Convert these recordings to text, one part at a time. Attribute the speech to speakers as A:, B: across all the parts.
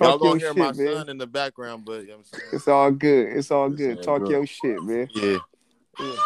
A: Y'all
B: Talk
A: gonna
B: your
A: hear
B: shit,
A: my
B: man.
A: son in the background, but you know what I'm saying?
B: It's all good. It's all
A: It's
B: good.
A: all
B: Talk
A: good.
B: your shit, man.
A: Yeah.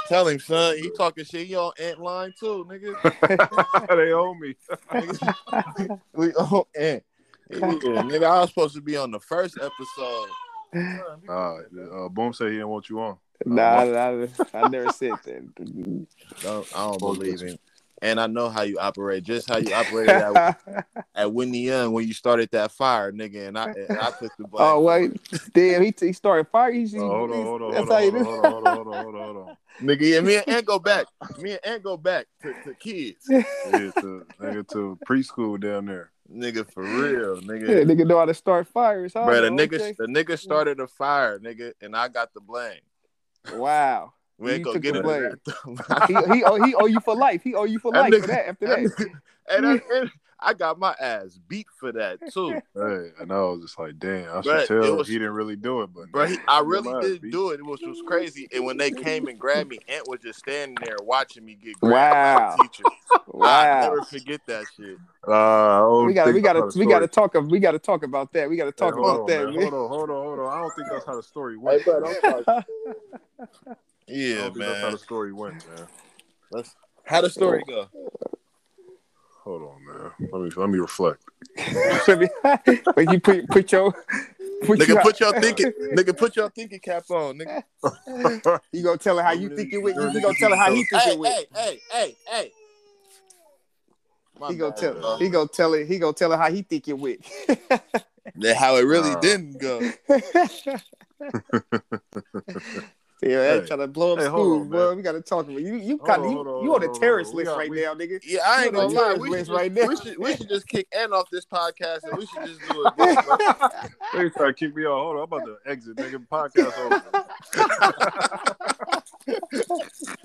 A: Tell him, son. He talking shit. He on ant line too, nigga.
C: they owe me.
A: Nigga, we on ant. Yeah, nigga. I was supposed to be on the first episode. Son,
C: Uh, uh, Boom said he didn't want you on.
B: Nah, nah, I never said that.
A: don't- I don't believe him. And I know how you operate, just how you operated at, at Whitney Young when you started that fire, nigga. And I, and I took the blame.
B: oh wait, damn, he, he started fire. He, he,
C: Uh,
A: Oh,
C: hold on, hold on,
B: that's
C: hold
B: how you
C: on,
B: do.
C: hold on, hold on, hold on, hold on, hold on.
A: nigga. Yeah, me and Ant go back. Me and Ant go back to, to kids,
C: Yeah, to, nigga, to preschool down there.
A: nigga. For real, nigga.
B: Yeah, nigga know how to start fires. Huh?
A: Bro, the
B: Oh,
A: nigga,
B: okay.
A: the nigga started a fire, nigga, and I got the blame.
B: Wow.
A: We ain't
B: You
A: gonna
B: took
A: get
B: the
A: into that. though.
B: He he owe, he owe you for life. He owe you for
A: That
B: life for
A: nigga-
B: that. After
A: that
B: that,
A: and, I, and I got my ass beat for that too,
C: Hey, and I was just like, damn, I
A: Bruh,
C: should tell
A: it was-
C: he didn't really do it, but
A: bro. He, I really
C: Your lies,
A: did
C: B.
A: do it, which was crazy. And when they came and grabbed me, Ant was just standing there watching me get grabbed
B: wow,
A: by the teacher. I
B: wow.
A: never forget that shit.
C: Uh,
B: We gotta we gotta we gotta talk. of- We gotta talk about that. We gotta talk
C: hold
B: about
C: on,
B: that,
C: man.
B: man.
C: Hold on, hold on, hold on. I don't think that's how the story went. I
A: Yeah,
C: don't think that's how
A: man.
C: the story went, man.
A: Let's, how the story go?
C: Hold on, man. Let me let me reflect.
B: when you put put your put
A: Nigga,
B: your,
A: put your thinking, nigga, put your thinking cap on, nigga.
B: you gonna tell her how you think it went. You, you gonna tell her how he think
A: Hey,
B: it went.
A: hey, hey, hey, hey. My
B: He gonna
A: bad,
B: tell
A: bro.
B: he gonna tell it he gonna tell her how he think it went.
A: That how it really
C: Uh,
A: didn't go.
B: Yeah,
C: Hey.
B: trying to blow up
C: Hey, hold
B: school,
C: on,
B: bro. We gotta talk about you. You
C: Hold
B: kind
C: on,
B: of you,
C: hold on,
B: you
C: hold
B: on a
C: on,
B: terrorist
C: hold on.
B: list
C: We
B: right now, nigga.
A: Yeah, I ain't
B: You're
A: gonna lie.
B: on
A: We
B: the
A: should, just,
B: right now.
A: we should we should just kick Ant off this podcast and we should just do it. Again, bro.
C: They try to kick me out. Hold on, I'm about to exit, nigga. Podcast over.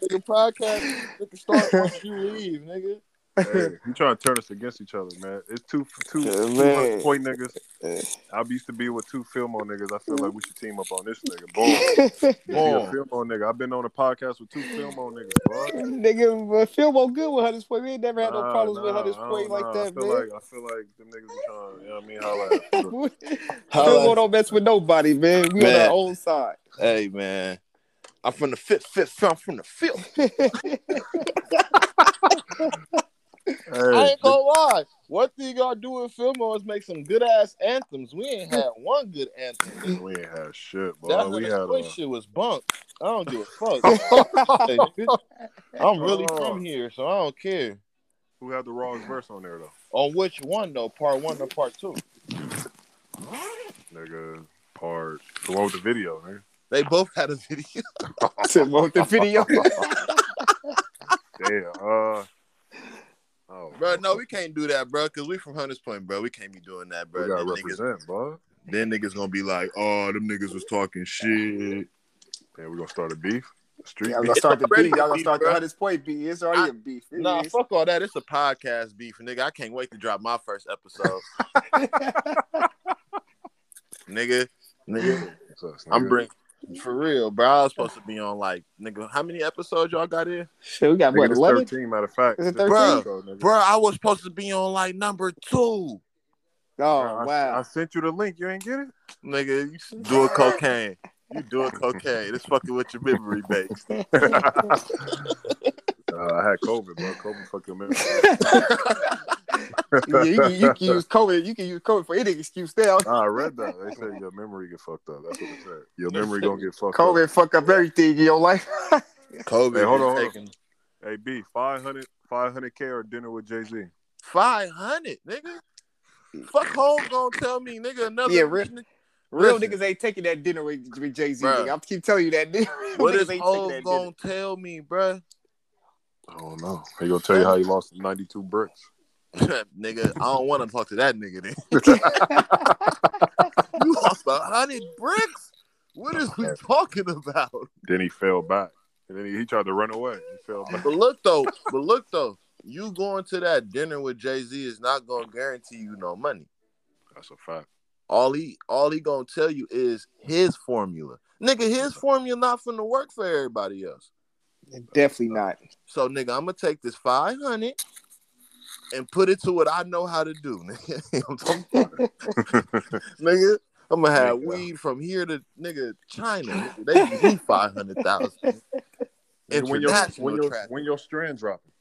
A: Nigga, podcast nigga, start once you leave, nigga.
C: Hey, you trying to turn us against each other, man? It's two two,
B: Yeah,
C: two
B: man.
C: one point niggas. I used to be with two film on niggas. I feel like we should team up on this nigga. Boom.
A: Boom.
C: Film on nigga. I've been on a podcast with two film on niggas, bro.
B: nigga, but Phil won't good with Hunter's Point. We ain't never had no
C: Nah,
B: problems with
C: nah,
B: Hunter's
C: I
B: Point
C: don't
B: like
C: know. I
B: that,
C: feel
B: man.
C: like I feel like them niggas are trying. You know what I mean? How like,
B: Phil
A: Holla.
B: don't mess with nobody, man. We
A: Man.
B: on our own side.
A: Hey man. I'm from the fifth, fifth, I'm from the fifth. I
C: hey,
A: ain't gonna lie. One thing y'all do in film is make some good ass anthems. We ain't had one good anthem.
C: nigga, we ain't had shit, boy.
A: That
C: we
A: we
C: had uh, a.
A: shit was bunk. I don't give a fuck. Hey, nigga, I'm really from here, so I don't care.
C: Who had the wrong verse on there though,
A: On which one though? Part one or part two?
C: nigga? Part the one with the video, nigga.
A: They both had a video.
B: to vote the video.
C: Damn. Uh. Oh,
A: bro, no, we can't do that, bro, because we from Hunters Point, bro. We can't be doing that,
C: we
A: bro.
C: gotta
A: Then niggas,
C: represent, bro.
A: then niggas gonna be like, oh, them niggas was talking shit.
C: Man, we gonna start a beef. Street
B: Y'all
C: beef.
B: gonna start the
A: already
B: beef. Y'all
A: a
B: gonna
A: beef,
B: start the
A: bruh.
B: Hunter's Point beef. It's already a beef. It
A: Nah,
B: is.
A: fuck all that. It's a podcast beef, nigga. I can't wait to drop my first episode. nigga, nigga,
C: That's us, nigga.
A: I'm bring for real, bro. I was supposed to be on like, nigga, how many episodes y'all got in?
B: Shit, we got
C: Nigga,
B: what
C: it's
B: eleven?
C: 13, matter of fact.
B: Is it
C: This
A: 13?
C: episode, nigga.
A: Bro, I was supposed to be on like number two.
B: Oh
C: Bro, I- I
B: wow.
C: sent you the link. You ain't get it?
A: Nigga, you doing cocaine. You doing cocaine. It's fucking with your memory base.
C: uh, I had COVID, bro. COVID fucking memory.
B: Yeah, you, can- you can use COVID. You can use COVID for any excuse now.
A: Oh,
C: Nah, I read that. They said your memory get fucked up. That's what they said. Your memory gonna get fucked up.
B: COVID fuck up everything in your life.
A: COVID
C: Hey, hold
A: is
C: on, hold on.
A: taking
C: Hey, B, 500, 500K or dinner with Jay Z?
A: 500, nigga. Fuck home gonna tell me, nigga, another.
B: Yeah, real-
A: nigga.
B: Real
A: Listen.
B: niggas ain't taking that dinner with, with Jay Z.
A: Bruh.
B: nigga. I'm keep telling you that. Nigga.
A: What
B: Niggas ain't
A: is
B: taking
A: home
B: that
A: gonna
B: dinner.
A: tell me, bruh?
C: I don't know. He gonna tell you how he lost 92 bricks.
A: nigga, I don't want to talk to that nigga then. you lost a hundred bricks? What is we talking about?
C: Then he fell back. And then he, he tried to run away. He fell back.
A: But look though, but look though, you going to that dinner with Jay Z is not gonna guarantee you no money.
C: That's a fact.
A: All he all he gonna tell you is his formula. Nigga, his formula not finna work for everybody else.
B: Definitely not.
A: So nigga, I'm gonna take this 500 and put it to what I know how to do, nigga. I'm talking about, nigga. I'm gonna have
C: Nigga.
A: weed from here to nigga China. Nigga. They need five hundred thousand.
C: Nigga, when your
A: International
C: when your
A: traffic.
C: when your strand dropping,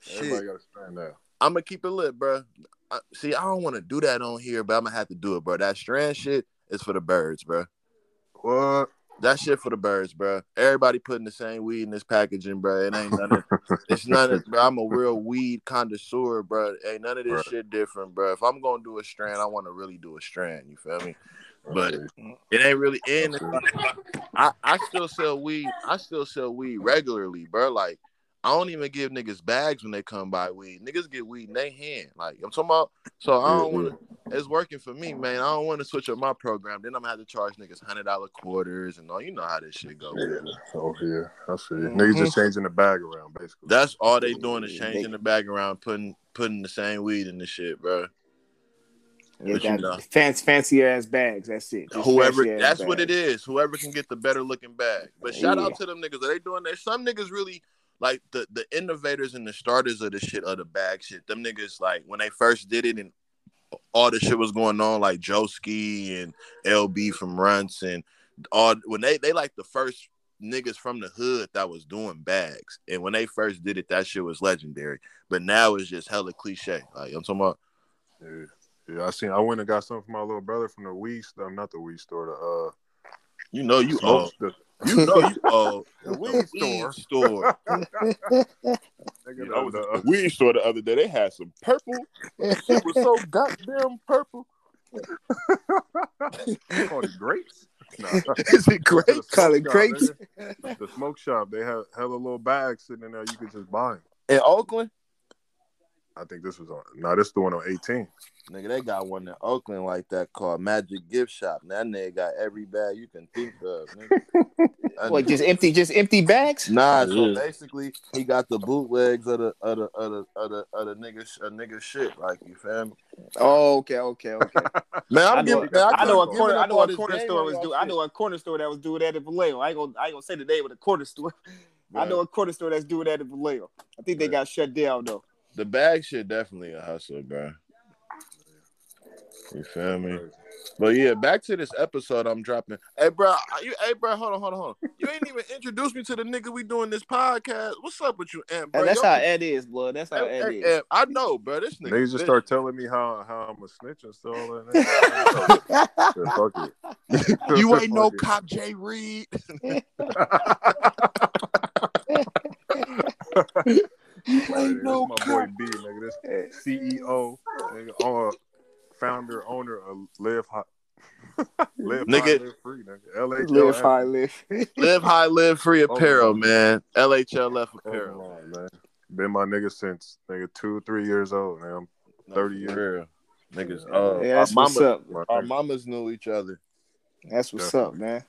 A: Shit,
C: everybody got a strand now.
A: I'm gonna keep it lit, bro. I, see, I don't want to do that on here, but I'm gonna have to do it, bro. That strand shit is for the birds, bro.
C: What?
A: That shit for the birds, bro. Everybody putting the same weed in this packaging, bro. It ain't none of it's none of bro. I'm a real weed connoisseur, bro. Ain't none of this
C: Right.
A: shit different, bro. If I'm gonna do a strand, I want to really do a strand. You feel me? But
C: Okay.
A: it ain't really in.
C: Okay.
A: I I still sell weed. I still sell weed regularly, bro. Like I don't even give niggas bags when they come buy weed. Niggas get weed in their hand. Like I'm talking about. So I don't
C: Yeah,
A: want to. It's working for me, man. I don't want to switch up my program. Then I'm gonna have to charge niggas hundred dollar quarters and all. You know how this shit go.
C: Yeah. Oh yeah, I see.
A: Mm-hmm.
C: Niggas just changing the bag around, basically.
A: That's all they doing is changing the bag around, putting putting the same weed in the shit, bro.
B: They
A: But you
B: got
A: know.
B: fancy, fancy ass bags. That's it. Just
A: Whoever,
B: fancy-ass
A: that's what it
B: bags.
A: is. Whoever can get the better looking bag. But shout
B: Yeah.
A: out to them niggas. Are they doing that? Some niggas really like the the innovators and the starters of the shit of the bag shit. Them niggas like when they first did it and all the shit was going on, like Joe Ski and LB from Runts and all when they they like the first niggas from the hood that was doing bags. And when they first did it, that shit was legendary. But now it's just hella cliche. Like I'm talking about
C: Yeah. yeah, I seen. I went and got something for my little brother from the weed store. Not the weed store. The uh,
A: you know you
C: smoke-
A: old.
C: the-
A: You know you old.
C: The weed store.
A: store.
C: nigga,
A: Yeah, I was
C: the, uh,
A: at the weed store the other day. They had some purple. It was so goddamn purple.
C: uh, oh, the grapes. Nah.
A: Is it
C: To the
A: great?
C: smoke
B: Colored
C: shop,
B: grapes.
C: nigga. The smoke shop. They have hella little bags sitting in there. You could just buy 'em.
A: In Oakland?
C: I think this was on. No, this the one on 18.
A: Nigga, they got one in Oakland like that called Magic Gift Shop. Now That nigga got every bag you can think of. Nigga. That
B: What?
A: nigga-
B: Just empty, just empty bags.
A: Nah,
C: Yeah.
A: so basically he got the bootlegs of the of the of the of the, of the nigga sh- of nigga shit, like you feel me?
B: Oh, okay, okay, okay.
A: Man, I'm
B: I know-
A: giving. Man,
B: I know a
A: I'm
B: corner.
A: giving
B: I
A: up
B: know
A: all
B: a
A: this
B: corner
A: game
B: store
A: on
B: was
A: y'all
B: doing. I
A: shit.
B: know a corner store that was doing that at Vallejo. I ain't gonna. I ain't gonna say the name of the corner store. I know a corner store that's doing that at Vallejo. I think they
A: Right.
B: got shut down though.
A: The bag shit definitely a hustle, bro. You feel me? But yeah, back to this episode. I'm dropping. Hey, bro, are you, hey, bro, hold on, hold on, hold on. You ain't even introduced me to the nigga we doing this podcast. What's up with you, Ant, bro?
B: And that's
A: Yo,
B: how Ed is, blood. That's how
A: Ant-
B: Ed
A: Ant-
B: is.
A: Ant, I know, bro. This nigga.
C: Niggas just
A: bitch.
C: start telling me how how I'm a snitch and stuff. Like that. Yeah, fuck it.
A: You ain't no
C: Fuck it.
A: cop, J. Reed.
C: Right,
A: ain't
C: this
A: no
C: my
A: cop.
C: boy E B, nigga. This CEO, nigga, or founder, owner of Live Hot. live
A: Nigga.
C: High, live free, nigga. LHL.
B: Live high, live.
C: Uh,
A: Live high, live free apparel,
C: Oh,
A: man. LHLF
C: Oh,
A: apparel.
C: man, man. Been my nigga since nigga two, three years old, man. 30 years.
A: Apparel. Niggas,
C: Yeah,
A: uh,
B: Yeah, that's
A: our,
B: what's
A: mama,
B: up.
C: My
A: our
C: nigga.
A: mamas knew each other.
B: That's what's up,
C: Uh,
B: man.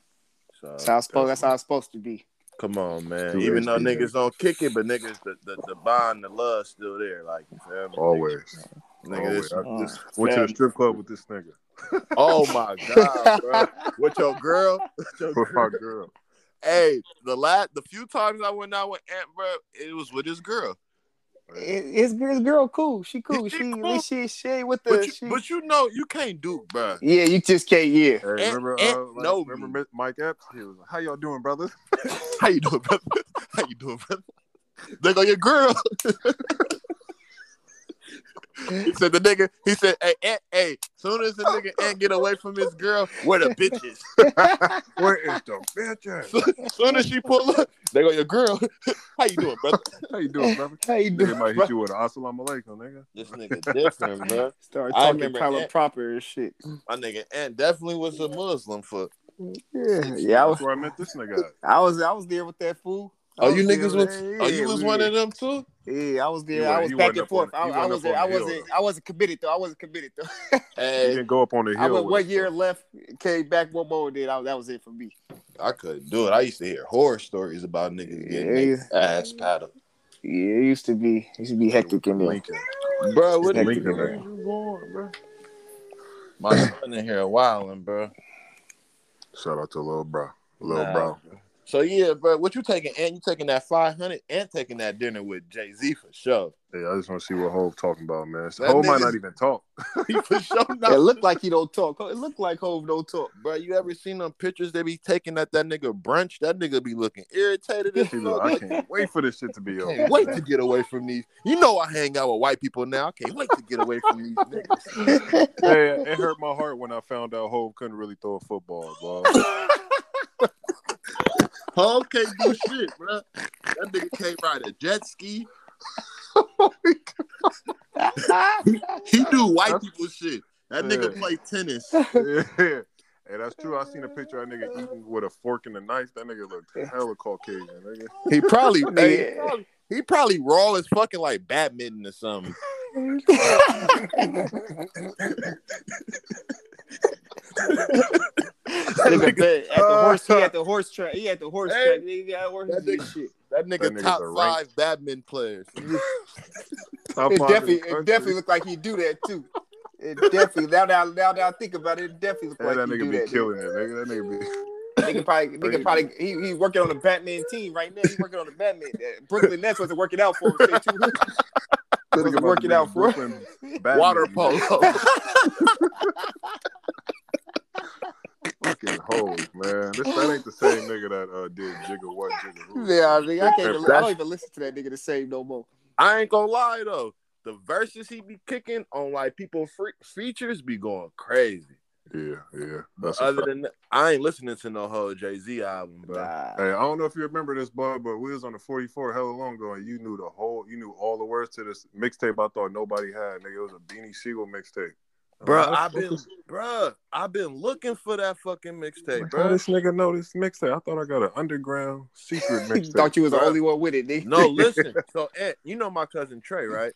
A: So,
B: That's how I spoke. That's how it's supposed to be.
A: Come on, man.
C: Two
A: Even
C: ways
A: though
C: to get
A: niggas don't kick it, but niggas, the, the, the bond, the love still there. Like, you feel me?
C: Always.
A: Nigga, this-
C: Always. I
B: this-
C: just went to the
A: fam-
C: strip club with this nigga.
A: Oh my god, bro. With your girl, with your
C: With
A: girl.
C: my girl.
A: Hey, the last, the few times I went out with Aunt bro, it was with his girl.
B: His, his girl cool. She cool.
A: She
B: She she,
A: cool.
B: she, ain't with the.
A: But
B: she-
A: you, but you know, you can't do, bro.
B: yeah, you just can't. Yeah.
C: Hey, remember,
A: and
C: uh, like,
A: know me.
C: remember Mi- Mike Epps? He was like, How y'all doing, brother?
A: How you doing, brother? How you doing, brother? They go your girl. he said the nigga. He said, "Hey, Aunt, hey, soon as the nigga Aunt get away from his girl, where the bitches?
C: Where is the bitch? at?
A: Soon, soon as she pull up, they go your girl. How you doing, brother?
C: How you doing, brother?
B: How you
C: Nigga
B: doing?
C: might hit you with an assalamu alaikum, nigga.
A: This nigga different, bro."
B: Start
A: I
B: talking
A: remember
B: proper,
A: that.
B: proper and shit.
A: My nigga, and definitely was a Muslim for.
B: Yeah, yeah. I
C: That's
B: was,
C: where I met this nigga. at.
B: I was, I was there with that fool. I
A: Oh, you
B: there
A: niggas
B: with-
A: was. Oh, you was
B: yeah,
A: one of them too.
B: Yeah, I was
C: You
B: there. I
C: went-
B: was
C: you
B: back
C: went
B: and
C: up
B: forth.
C: on-
B: I,
C: you
B: I
C: went up
B: wasn't.
C: on
B: I
C: the hill,
B: wasn't. I wasn't committed though. I wasn't committed though.
C: You
A: Hey,
C: didn't go up on the hill.
B: I went
C: with
B: one
C: us,
B: year left, came back one more, and then I, that was it for me.
A: I couldn't do it. I used to hear horror stories about niggas getting
B: Yeah.
A: their ass paddled.
B: Yeah, it used to be. It used to be hectic in
C: though.
B: there.
C: Lincoln.
A: Bro, what
B: It's
A: are you
C: Lincoln,
A: doing?
C: man.
A: My son in here wilding, bro.
C: Shout out to Lil Bro. Lil
A: Nah,
C: Bro.
A: So yeah, bro, what you taking? And you taking that five hundred and taking that dinner with Jay Z for sure.
C: Hey, I just want to see what Hove talking about, man. So
A: That
C: Hove might
A: nigga's-
C: not even talk.
A: He for sure
B: It
A: not.
B: looked like he don't talk. It looked like Hove don't talk.
A: Bro, you ever seen them pictures they be taking at that nigga brunch? That nigga be looking irritated as
C: He
A: fuck.
C: like, I can't wait for this shit to be
A: I
C: over.
A: can't wait to get away from these. You know I hang out with white people now. I can't wait to get away from these niggas.
C: Hey, it hurt my heart when I found out Hove couldn't really throw a football, bro.
A: Hov can't do shit, bro. That nigga can't ride a jet ski. He do white people shit. That nigga
C: Yeah.
A: play tennis.
C: yeah. Hey, that's true. I seen a picture of that
B: Uh,
C: nigga eating with a fork and a knife. That nigga looked hella Caucasian. Nigga.
A: He probably
B: Nigga.
A: he probably- he probably raw as fucking like badminton or something.
B: Nigga, bet at the horse, he at the horse track. He at the horse
A: Hey.
B: track. Nigga, he got horses
A: That
B: and
A: nigga-
B: shit.
A: That nigga
C: nigga's
A: top
C: a rank.
A: five badminton players.
C: Top
B: It
C: five in
B: definitely,
C: the
B: it
C: country.
B: definitely looked like he do that too. It definitely. Now that I, now that I think about it, it definitely looked
C: Hey,
B: like
C: that
B: he
C: nigga
B: do
C: be
B: that.
C: killing it. Nigga. That nigga be.
B: Nigga probably, nigga probably, he, he working on the Batman team right now. He working on the Batman. that Brooklyn Nets wasn't working out for him. Stay tuned.
C: That
B: Wasn't
C: nigga
B: working out for him.
C: Brooklyn Batman.
A: Water polo.
C: Fucking hoes, man. This that ain't the same nigga that uh, did Jigga What Jigga Who.
B: Yeah, nigga, I can't. Even, I
A: That's-
B: don't even listen to that nigga the same no more.
A: I ain't gonna lie though. The verses he be kicking on like people free- features be going crazy.
C: Yeah, yeah. That's a
A: Other than that, I ain't listening to no whole Jay Z album, bro.
B: Nah.
C: Hey, I don't know if you remember this, bud, but we was on the 44 hella long ago, and you knew the whole, you knew all the words to this mixtape. I thought nobody had, nigga. It was a Beanie Siegel mixtape,
A: Bro,
C: How
A: I've
C: the fuck
A: been,
C: is-
A: bro, I've been looking for that fucking mixtape,
C: How
A: bro.
C: this nigga know this mixtape? I thought I got an underground secret mixtape.
B: Thought you was the
A: Bruh.
B: only one with it, nigga.
A: No, listen. So, Ant, you know my cousin Trey, right?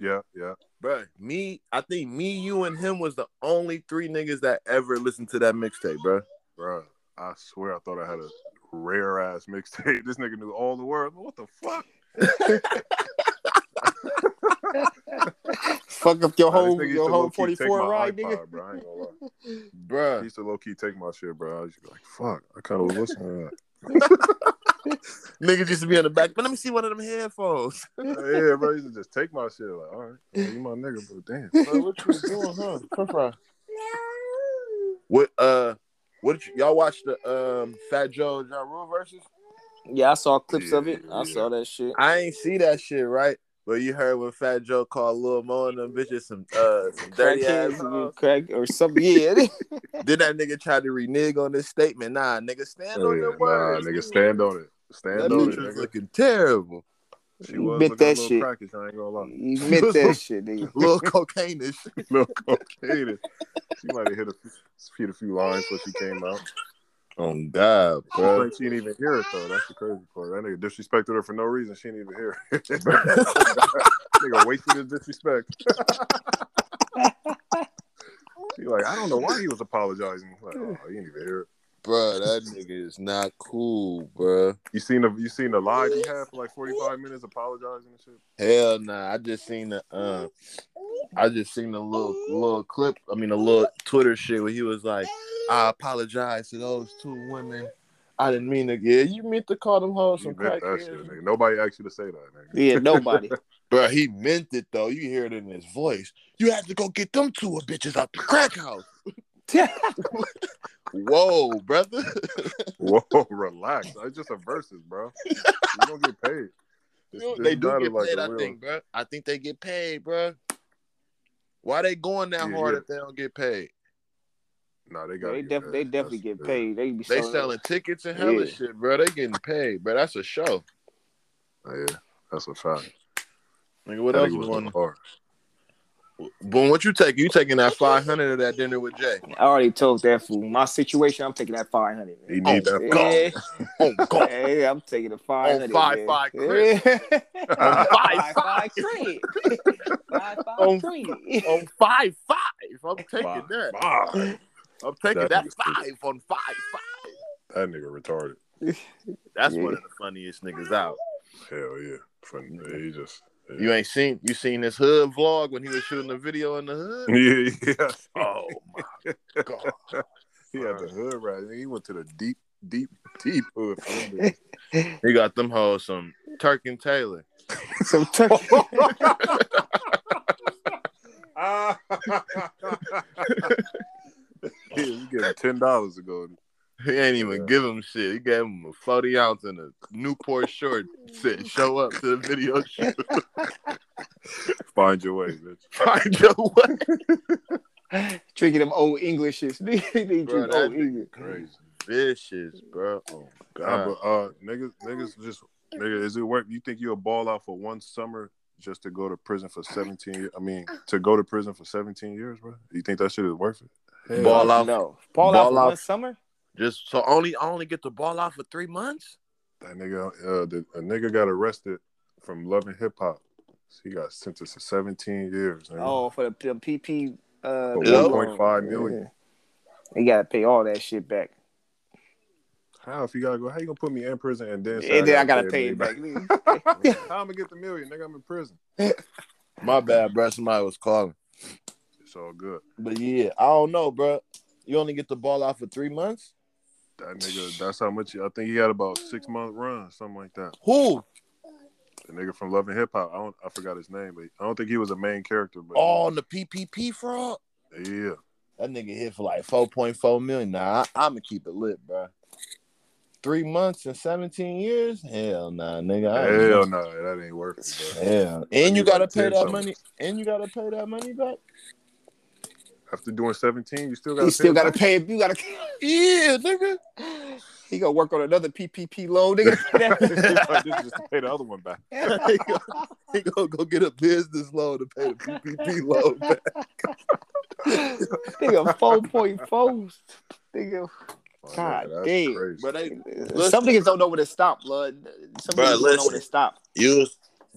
C: Yeah, yeah.
A: Bro, me, I think me, you, and him was the only three niggas that ever listened to that mixtape, bro.
C: Bro, I swear I thought I had a rare ass mixtape. This nigga knew all the words. What the fuck?
B: Fuck up your
C: Nah, this
B: whole
C: nigga used
B: your
C: to
B: whole
C: low-key
B: forty
C: take
B: four
C: my
B: ride,
C: iPod,
B: nigga.
C: Bro, I ain't gonna lie. I
A: Bro,
C: used to low key take my shit, bro. I was just like, fuck. I kind of was listening to
A: niggas used to be in the back, but let me see one of them headphones.
C: that. yeah, bro. I used to just take my shit. Like, all right, you my nigga, but damn.
A: Bro, what you doing, huh? What uh, what did you, y'all watch the um Fat Joe and Ja Rule versus?
B: Yeah, I saw clips of it.
C: Yeah.
B: I saw that shit.
A: I ain't see that shit, right? But you heard when Fat Joe called Lil Mo and them bitches some uh some dirty ass.
B: Crackheads,
A: hoes.
B: nigga, Crack or something. Yeah.
A: Then that nigga tried to renege on this statement. Nah, nigga, stand
C: Oh,
A: on
C: yeah.
A: your
C: Nah,
A: words.
C: nigga, stand on it. Stand
A: That
C: on
A: bitch
C: it.
A: was
C: Nigga.
A: looking terrible.
C: she was
B: Bit
C: looking
B: that
C: a little
B: shit.
C: crackish, I ain't gonna lie.
B: He meant that shit, nigga.
A: Little cocaine and shit.
C: little cocaine. She might have hit a few, hit a few lines when she came out.
A: Oh God,
C: She claimed she didn't even hear it though. That's the crazy part. That nigga disrespected her for no reason. She didn't even hear it. nigga wasted his disrespect. she like, I don't know why he was apologizing. Like, oh, you didn't even hear it.
A: bro, that nigga is not cool, bro.
C: You seen the you seen the live he had for like forty five minutes apologizing and shit.
A: Hell nah. I just seen the um, I just seen the little little clip. I mean, the little Twitter shit where he was like,
B: Uh,
A: "I apologize to those two women. I didn't mean to. Yeah, you meant to call them hoes
C: You
A: some
C: meant that shit,
A: crackheads,
C: nigga. Nobody asked you to say that, nigga.
B: Yeah, nobody.
A: bro. He meant it though. You hear it in his voice. You had to go get them two bitches out the crack house. Whoa, brother.
C: Whoa, relax. That's just a versus, bro. You don't get paid. It's- it's
A: they do
C: not
A: get
C: like
A: paid,
C: a
A: I
C: real-
A: think, bro. I think they get paid, bro. Why they going that
C: Yeah,
A: hard
C: yeah.
A: if they don't get paid?
C: Nah, they got.
B: they definitely they definitely get paid. They be
A: They
B: selling-
A: selling tickets and hella
B: Yeah.
A: shit, bro. They getting paid, bro. That's a show.
C: yeah, that's a fact.
A: Nigga, what
C: That
A: else
C: nigga was
A: you
C: going
A: want?
C: hard.
A: Boom, what you taking? You taking that five hundred of that dinner with Jay?
B: I already told that fool my situation. I'm taking that five hundred.
C: He need
A: Oh,
C: that.
A: God.
B: Yeah,
A: Oh God,
B: Hey, I'm taking the five hundred.
A: five, five
B: crit.
C: On
A: five,
B: five crit. Five
A: On-
B: five crit.
A: on oh, five five. I'm taking
C: Five,
A: that.
C: five.
A: I'm taking
C: That
A: that,
C: nigga's
A: five on five five.
C: That nigga retarded.
A: That's
B: Yeah.
A: one of the funniest niggas out.
C: Hell yeah. For, he just.
A: You ain't seen you seen this hood vlog when he was shooting the video in the hood.
C: Yeah, yeah.
A: Oh my God.
C: He had the hood right. He went to the deep, deep deep hood. for them bitches.
A: He got them hoes some Turk and Taylor.
B: Some turkey.
C: Ah. Yeah, you getting ten dollars to go.
A: He ain't even give him shit. He gave him a floaty ounce and a Newport short. Said, show up to the video shoot.
C: Find your way, bitch.
A: Find your way.
B: Drinking them old English shits. They drink
A: Bro, that
B: old
A: nigga
B: English.
C: Crazy.
A: Vicious, bro. Oh, God.
C: Nah, but uh, niggas, niggas just nigga, is it work? You think you'll ball out for one summer just to go to prison for seventeen? years? I mean, to go to prison for seventeen years, bro? You think that shit is worth it? Hell
A: Ball out.
B: No. Ball,
A: Ball
B: out for
A: out.
B: one summer?
A: Just so only I only get the ball out for three months.
C: That nigga, uh, the, a nigga got arrested from loving hip hop. He got sentenced to 17 years. Nigga.
B: Oh, for the, the PP. Uh,
C: For
B: loan.
C: 1.5 million.
B: Yeah. They gotta pay all that shit back,
C: How if you gotta go? How you gonna put me in prison and then? say
B: and then I gotta pay it
C: everybody?
B: back.
C: How I'm gonna get the million, nigga? I'm in prison.
A: My bad, bro. Somebody was calling.
C: It's all good.
A: But yeah, I don't know, bro. You only get the ball out for three months.
C: That nigga, that's how much. I think he got about six month run, something like that.
A: Who?
C: The nigga from Love and Hip Hop. I don't. I forgot his name, but I don't think he was a main character. But
A: All on the PPP fraud.
C: yeah,
A: That nigga hit for like four point four million. Nah, I, I'ma keep it lit, bro. Three months and seventeen years? Hell nah, nigga. I ain't-
C: hell no, that ain't worth it. Bro.
A: Hell. And you gotta
C: Like
A: pay
C: ten
A: that
C: something.
A: money. And you gotta pay that money back.
C: After doing 17, you still got.
B: You still gotta pay. it- You gotta.
A: Yeah, nigga.
B: He gonna work on another PPP loan, nigga.
C: just to pay the other one back.
A: he, gonna, he gonna go get a business loan to pay the PPP loan back.
B: nigga, four point four. Nigga,
C: Oh,
B: God
C: nigga, that's
B: damn.
C: crazy.
A: But they,
B: some niggas don't know where to stop, blood. Some
A: Bruh,
B: niggas don't know
A: listen.
B: where to stop.
A: you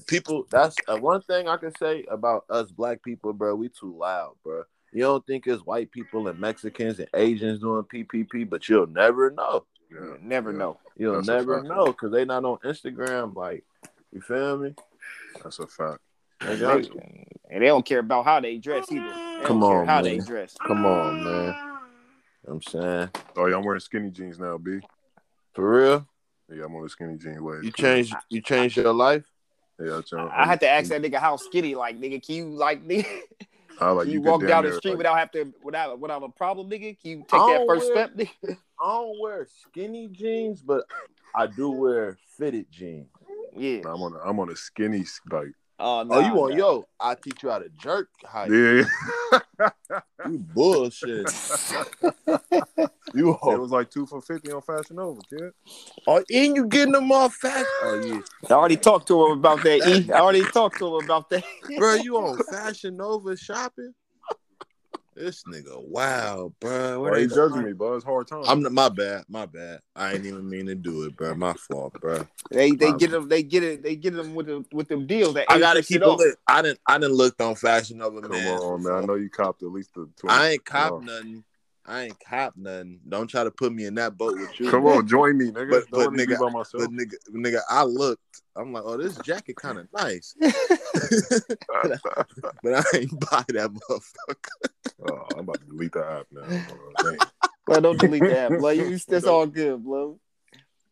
A: people. That's uh, one thing I can say about us black people, bro. We too loud, bro. You don't think it's white people and Mexicans and Asians doing PPP, but you'll never know.
C: Yeah.
B: You never
C: yeah.
B: know.
A: You'll
C: That's a
A: never
C: fact.
A: know because they not on Instagram. Like, you feel me?
C: That's a fact.
A: Like,
B: They-
A: y'all-
B: and they don't care about how they dress either. They
A: Come
B: don't care
A: on,
B: how
A: man.
B: they dress.
A: come on, man. You know what I'm saying
C: Oh yeah, I'm wearing skinny jeans now, B.
A: for real.
C: Yeah, I'm on the skinny jean wave.
A: You changed. You changed your life.
C: Yeah, I, changed.
B: I had to ask that nigga how skinny, like nigga, can you like nigga,
C: I like
B: can you,
C: could
B: walk
C: damn
B: down the
C: near,
B: street
C: like,
B: without have to without without a problem, nigga? Can you take
A: I
B: that
A: don't
B: first
A: wear-
B: step, nigga?
A: I don't wear skinny jeans, but I do wear fitted jeans.
B: Yeah.
C: I'm on. A, I'm on a skinny s- like.
B: Oh,
A: Oh,
B: nah,
A: you want
B: nah.
A: yo? I teach you how to jerk height.
C: Yeah,
A: You bullshit. you
C: it
A: are,
C: was like two for fifty on Fashion Nova, kid.
A: are and you getting them all fast? Oh yeah,
B: I already talked to him about that. E. I already talked to him about that.
A: bro. You on Fashion Nova shopping? This nigga, wow, bro.
C: Why you judging me, bro? It's hard time.
A: I'm not, my bad, my bad. I ain't even mean to do it, bro. My fault, bro.
B: They they get them they get it they get them with the with them deals that
A: I gotta
B: 80%
A: keep it
B: off.
A: lit. I didn't, I didn't look on Fashion Nova,
C: Come
A: man.
C: on, man. I know you copped at least the. 20.
A: I ain't cop
C: Come on.
A: nothing. I ain't cop nothing. Don't try to put me in that boat with you.
C: Come on, join me, nigga.
A: But-
C: Don't
A: but
C: let me be
A: nigga,
C: by myself.
A: But nigga, nigga, I looked. I'm like, oh, this jacket kind of nice.
C: Ah,
A: but, I, but I ain't buy that motherfucker.
C: Oh, I'm about to delete the app now. Hold on, damn.
B: Blood, don't delete that, blood. You, that's all good, blood.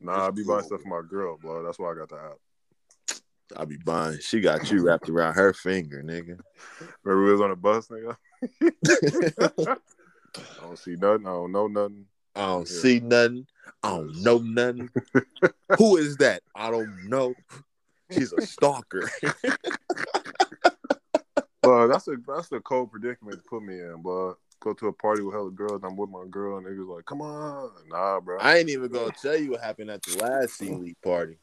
C: nah, I be buying stuff for my girl, bro. That's why I got the app.
A: I be buying. She got you wrapped around her finger, nigga.
C: Remember we was on the bus, nigga. I don't see nothing. I don't know nothing.
A: I don't
C: Yeah.
A: see nothing. I don't know nothing. Who is that? I don't know. She's a stalker.
C: But that's a that's the cold predicament to put me in, but go to a party with hella girls and I'm with my girl and niggas like, come on. Nah, bro.
A: I ain't even gonna tell you what happened at the last C League party.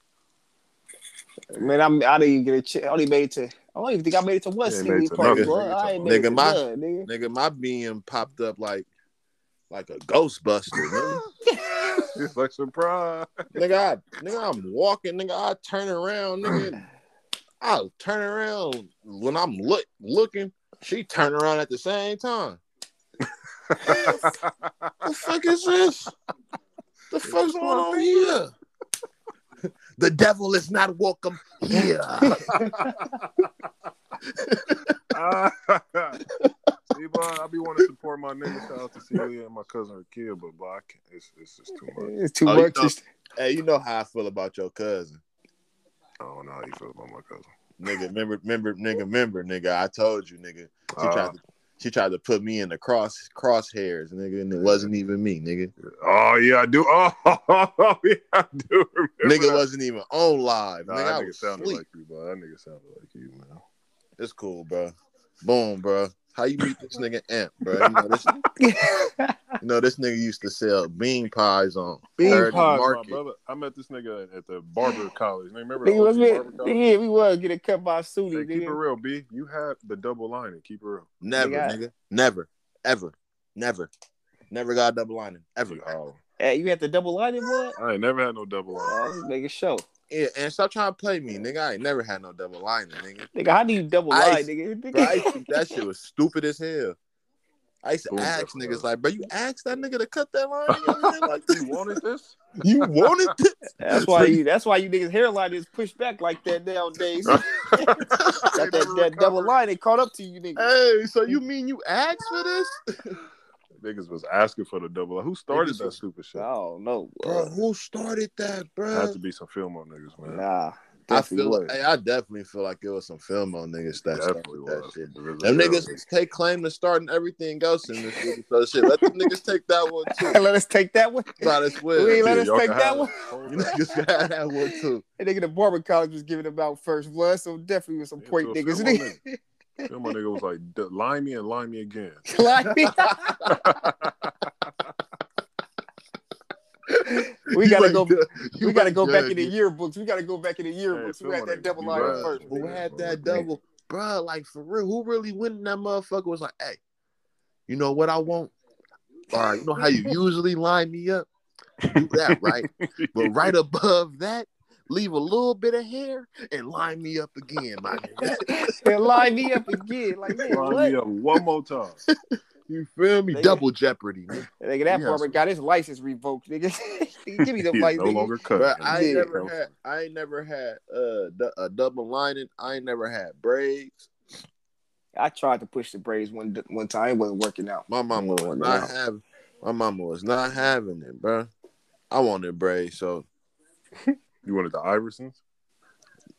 B: Man, I'm I didn't even get a chance. I only made it to I don't even think I made it to one
C: You ain't
B: CD
C: made it to
B: party,
A: nothing.
B: blood. I ain't made it
A: Nigga,
B: to
A: my-
B: none, nigga.
A: Nigga, my being popped up like like a ghostbuster. Nigga.
C: it's like surprise.
A: nigga, I, nigga, I'm walking, nigga. I turn around, nigga. I turn around when I'm look looking. She turn around at the same time. The fuck is this? The fuck's going on here? The devil is not welcome here.
C: Ah, you See, bro, I be wanting to support my niggas. Shout out to Celia and my cousin her kid, but bro, I can't, it's it's just too much.
B: It's too
A: Oh, you
B: much.
A: know-
B: Just-
A: Hey, you know how I feel about your cousin.
C: I don't know how you feel about my cousin.
A: Nigga, remember, remember, nigga, remember, nigga. I told you, nigga. She
C: Uh,
A: tried to she tried to put me in the cross crosshairs, nigga, and it wasn't even me, nigga.
C: oh yeah, I do. Oh, yeah, I do. Remember
A: Nigga
C: that.
A: wasn't even on live.
C: Nah,
A: nigga, I
C: that nigga
A: was
C: sounded
A: asleep.
C: like you, bro. That nigga sounded like you, man.
A: It's cool, bro. Boom, bro. How you meet this nigga Amp, bro? You know, this, you know, this nigga used to sell bean pies on
C: Bean
A: Third
C: pies, my
A: Market.
C: brother. I met this nigga at the barber college. Nigga, remember
B: Nigga, was
C: the
B: me.
C: OG barber college?
B: Yeah, we was getting cut by a
C: Hey,
B: suit.
C: keep it
B: nigga.
C: real, B. You have the double line and keep it real.
A: Never,
B: Nigga, I-
A: nigga. Never. Ever. Never. Never got a double lining. Ever.
C: Oh,
B: Hey, you had to double line it, boy.
C: I ain't never had no double line.
B: Oh, this nigga show.
A: Yeah, and stop trying to play me, nigga. I ain't never had no double lining, nigga.
B: Nigga, how do you double
A: I-
B: line, nigga?
A: Bro, I used to- that shit was stupid as hell. I used to
C: Boom,
A: ask
C: definitely.
A: niggas like, bro, you asked that nigga to cut that line? You, know what I mean? like,
C: You wanted this?
A: you wanted this?
B: That's why you. That's why you niggas hairline is pushed back like that nowadays. Got that, that double line, it caught up to you, nigga.
A: Hey, so you mean you asked for this?
C: Niggas was asking for the double line. Who started
A: Niggas
C: that
A: was-
C: stupid shit?
B: Oh no,
A: Bro, who started that,
C: Had
A: bro?
C: to be some film on niggas, man.
B: nah.
A: I
B: definitely
A: feel
B: wasn't.
A: hey, I definitely feel like it was some film on niggas that started
C: Definitely
A: that
C: was.
A: shit.
C: It was a
A: Them
C: film.
A: niggas take claim to starting everything else in this shit. So shit, let them niggas take that one too.
B: let us take that one.
A: Might as well.
B: We ain't let
C: Yeah,
B: us
C: y'all
B: take
C: can
B: that
C: have
B: one.
C: it. Hold
A: You
C: that.
A: niggas got that one too.
B: And nigga, the barber college was giving them out first blood, so definitely with some
C: Yeah,
B: point
C: so
B: niggas.
C: film on
B: Nigga,
C: Film on nigga was like, "D- line me and line me again.
B: like me. we
A: You
B: gotta
A: ain't
B: go.
A: good. You
B: We gotta
A: ain't
B: go back
A: good,
B: in the
A: nigga.
B: yearbooks. We gotta go back in the yearbooks.
C: film
B: Who had
C: on
B: that
C: it,
B: double
C: you
B: line
C: right.
B: first?
A: Who had
C: Niggas,
A: that
C: bro.
A: double, bro? Like for real, who really went in that motherfucker was like, hey, you know what I want? All right, you know how you usually line me up? Do that right, but right above that, leave a little bit of hair and line me up again, my nigga.
B: And line me up again. Like, nigga,
C: line
B: what?
C: me up one more time.
A: You feel me?
B: Nigga.
A: Double jeopardy, nigga.
B: Nigga, that
C: Yes.
B: barber got his license revoked, nigga. Nigga, Give me the
C: He is
B: license.
C: no
B: nigga.
C: longer cut.
A: Bruh, I ain't
B: Yeah.
A: never had I ain't never had uh du- a double lining. I ain't never had braids.
B: I tried to push the braids one one time. It wasn't working out.
A: My mama
B: Well,
A: was not
B: no.
A: having my mama was not having it, bruh. I wanted braids, so
C: You wanted the Iversons?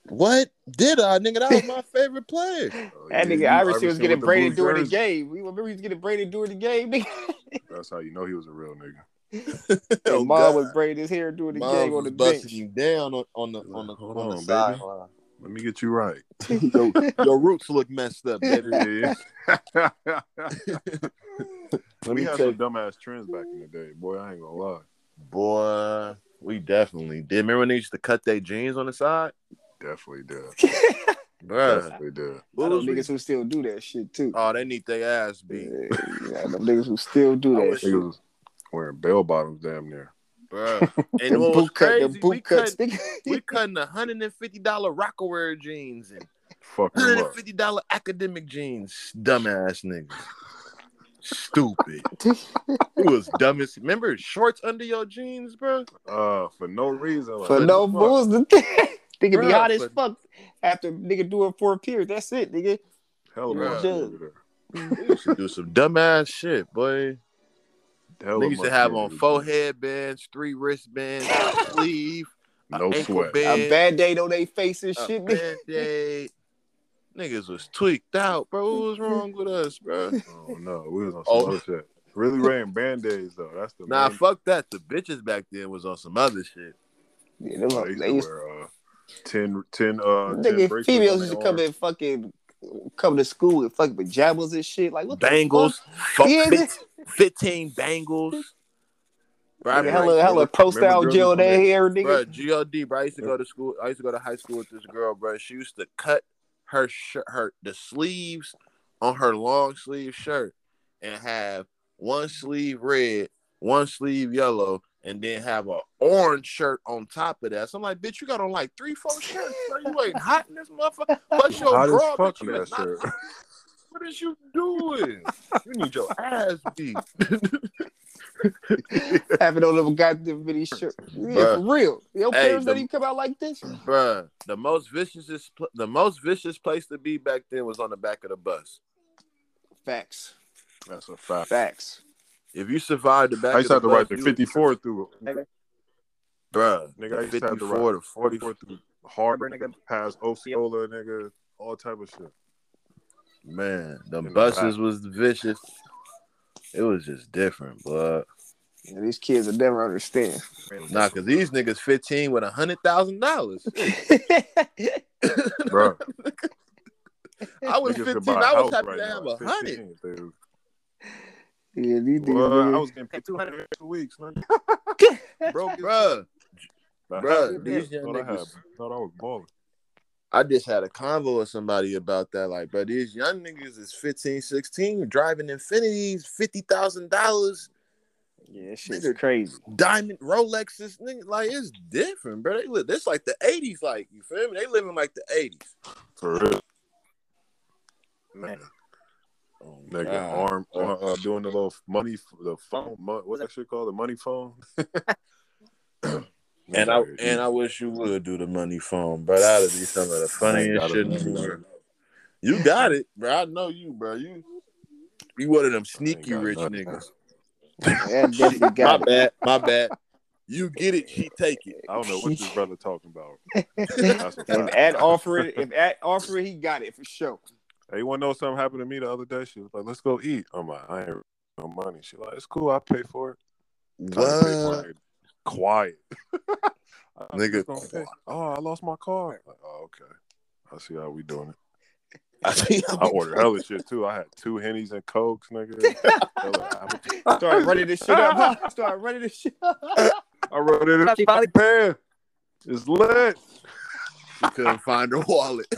A: what did I nigga? That was my favorite player.
C: Oh,
B: That
C: yeah,
B: nigga
C: you
B: Irish was
C: Iverson
B: getting
C: with the
B: braided
C: blue
B: during the
C: jersey.
B: game. We remember he was getting braided during the game, nigga.
C: That's how you know he was a real nigga.
A: Oh,
B: and Mom
A: God.
B: was braiding his hair during the
A: Mom
B: game on
A: was
B: the
A: busting
B: bench.
A: you down on, on the
C: Like,
A: on the,
C: hold
A: on the
C: on, baby.
A: sideline.
C: Let me get you right.
A: your, your roots look messed up, baby.
C: Yeah.
A: Let
C: we
A: me
C: had
A: check.
C: some dumbass trends back in the day, boy. I ain't gonna lie.
A: Boy, we definitely did. Remember when they used to cut their jeans on the side?
C: Definitely did.
A: Bruh.
C: Definitely did.
B: I know
A: Those
B: niggas who still do that shit too.
A: Oh, they need their ass beat.
B: Yeah, I know niggas who still do
A: I
B: that.
A: wish-
B: shit.
C: Niggas was wearing bell bottoms, damn near.
A: Bruh. And
B: Them
A: what was
B: boot cut,
A: crazy,
B: them
A: we,
B: boot cuts.
A: cut,
B: Nigga.
A: we cutting $150 Rockaware jeans and
C: Fucking them up.
A: $150 academic jeans. Dumbass niggas. Stupid. it was dumbest. Remember shorts under your jeans, bro?
C: Uh, for no reason. Like,
B: For
C: what
B: no
C: the fuck?
B: fools, the nigga be
A: Bruh,
B: hot as
A: but-
B: fuck after nigga doing four periods. That's it, nigga.
C: Hell of a
A: Bruh.
C: money over there.
A: Do some dumbass shit, boy.
C: Hell of
A: They used to
C: money
A: have
C: over
A: on
C: there.
A: four headbands, three wristbands, a sleeve, a
C: No
A: ankle
C: sweat.
B: A
A: band,
B: bad date on their face and
A: a
B: shit, nigga.
A: Band-Aid. Niggas was tweaked out, bro. What was wrong with us, bro?
C: Oh no, we was on some
A: Oh.
C: other shit. Really wearing band aids though. That's the
A: Nah,
C: main-
A: fuck that. The bitches back then was on some other shit.
B: Yeah, them-
C: They used
B: they
C: to
B: used
C: wear uh, 10, 10 uh, 10
B: Nigga,
C: bracelets on
B: females
C: their
B: used to come
C: arms.
B: in fucking come to school with fucking pajamas and shit. Like what the
A: Bangles,
B: fuck?
A: fuck
B: Yeah,
A: fif- fifteen bangles. Bro, I
B: nigga,
A: be
C: Remember-
B: hella hella
C: remember
B: post out
C: girls
B: gel
C: used to
B: their
C: make-
B: hair, nigga.
A: Bro, God, bro. I used to go to school. I used to go to high school with this girl, bro. She used to cut her shirt, her the sleeves on her long sleeve shirt, and have one sleeve red, one sleeve yellow, and then have a orange shirt on top of that. So I'm like, bitch, you got on like three, four shirts. Bro. You ain't hot in this motherfucker. Plus your
C: Hot as
A: bra,
C: fuck
A: bitch,
C: in
A: you
C: that
A: is not
C: shirt.
A: What is you doing? You need your ass beat.
B: Having on them goddamn mini shirt. Yeah,
A: Bruh.
B: for real. Your
A: Hey,
B: parents
A: the-
B: let you come out like this?
A: Bruh, the most vicious is pl- the most vicious place to be back then was on the back of the bus.
B: Facts.
C: That's a fact.
B: Facts.
A: If you survive the back,
C: I used to have to
A: right
C: ride the 54 through.
A: bro.
C: Nigga, I used to have to
A: Fifty-four to forty.
C: 44 through Harbor,
B: Remember, nigga?
C: past Osceola, nigga, all type of shit.
A: Man, the
C: the
A: buses was vicious. It was just different, but
B: Yeah, these kids will never understand.
A: nah, cause these niggas fifteen with a hundred thousand dollars.
C: Bro,
A: I was
C: niggas could
A: fifteen.
C: buy a
A: I was
C: house
A: happy to
C: right now
A: have
C: at
A: a hundred.
C: 15, dude.
B: yeah, these
C: Well, I
B: niggas.
C: was getting paid 200 every two weeks, man. Bro,
A: Bruh, bruh, these young
C: Thought I, had,
A: niggas.
C: thought I was balling.
A: I just had a convo with somebody about that. Like, bro, these young niggas is 15, 16, driving infinities, fifty thousand dollars,
B: Yeah, that shit's crazy.
A: diamond Rolexes. Nigga, like it's different, bro. They live this like the eighties, like you feel me? They living like the eighties.
C: For real.
B: Man.
A: Oh,
C: Nigga,
A: God.
C: arm, uh, uh, doing the little money, f- the phone, mo- what's that shit called? The money phone?
A: And I and I wish you would do the money phone, bro. That'd be some of the funniest
C: gotta
A: shit in
C: do
A: the
C: that.
A: world. You got it, bro. I know you, bro. You you one of them sneaky
C: got
A: rich
C: nothing.
A: niggas.
B: That definitely
A: My
B: got it.
A: bad, my bad. You get it, she take it.
C: I don't know what this brother talking about. That's a
B: If
C: fact.
B: at offer it, if at offer it, he got it for sure.
C: Hey, you want to know something happened to me the other day? She was like, "Let's go eat." I'm like, "I ain't no money." She like, "It's cool. I pay for it." I didn't pay for
A: What?
C: it. Quiet. I was
A: Nigga,
C: just gonna pay.
A: quiet.
C: Oh, I lost my car. Like, oh, okay. I see how we doing it.
A: I see how
C: I ordered hella shit too. I had two hennies and cokes, nigga. Hella apple-
B: Start running this shit up. huh? Start running this shit up.
C: I wrote it. She finally paid. It's lit.
A: she couldn't find her wallet.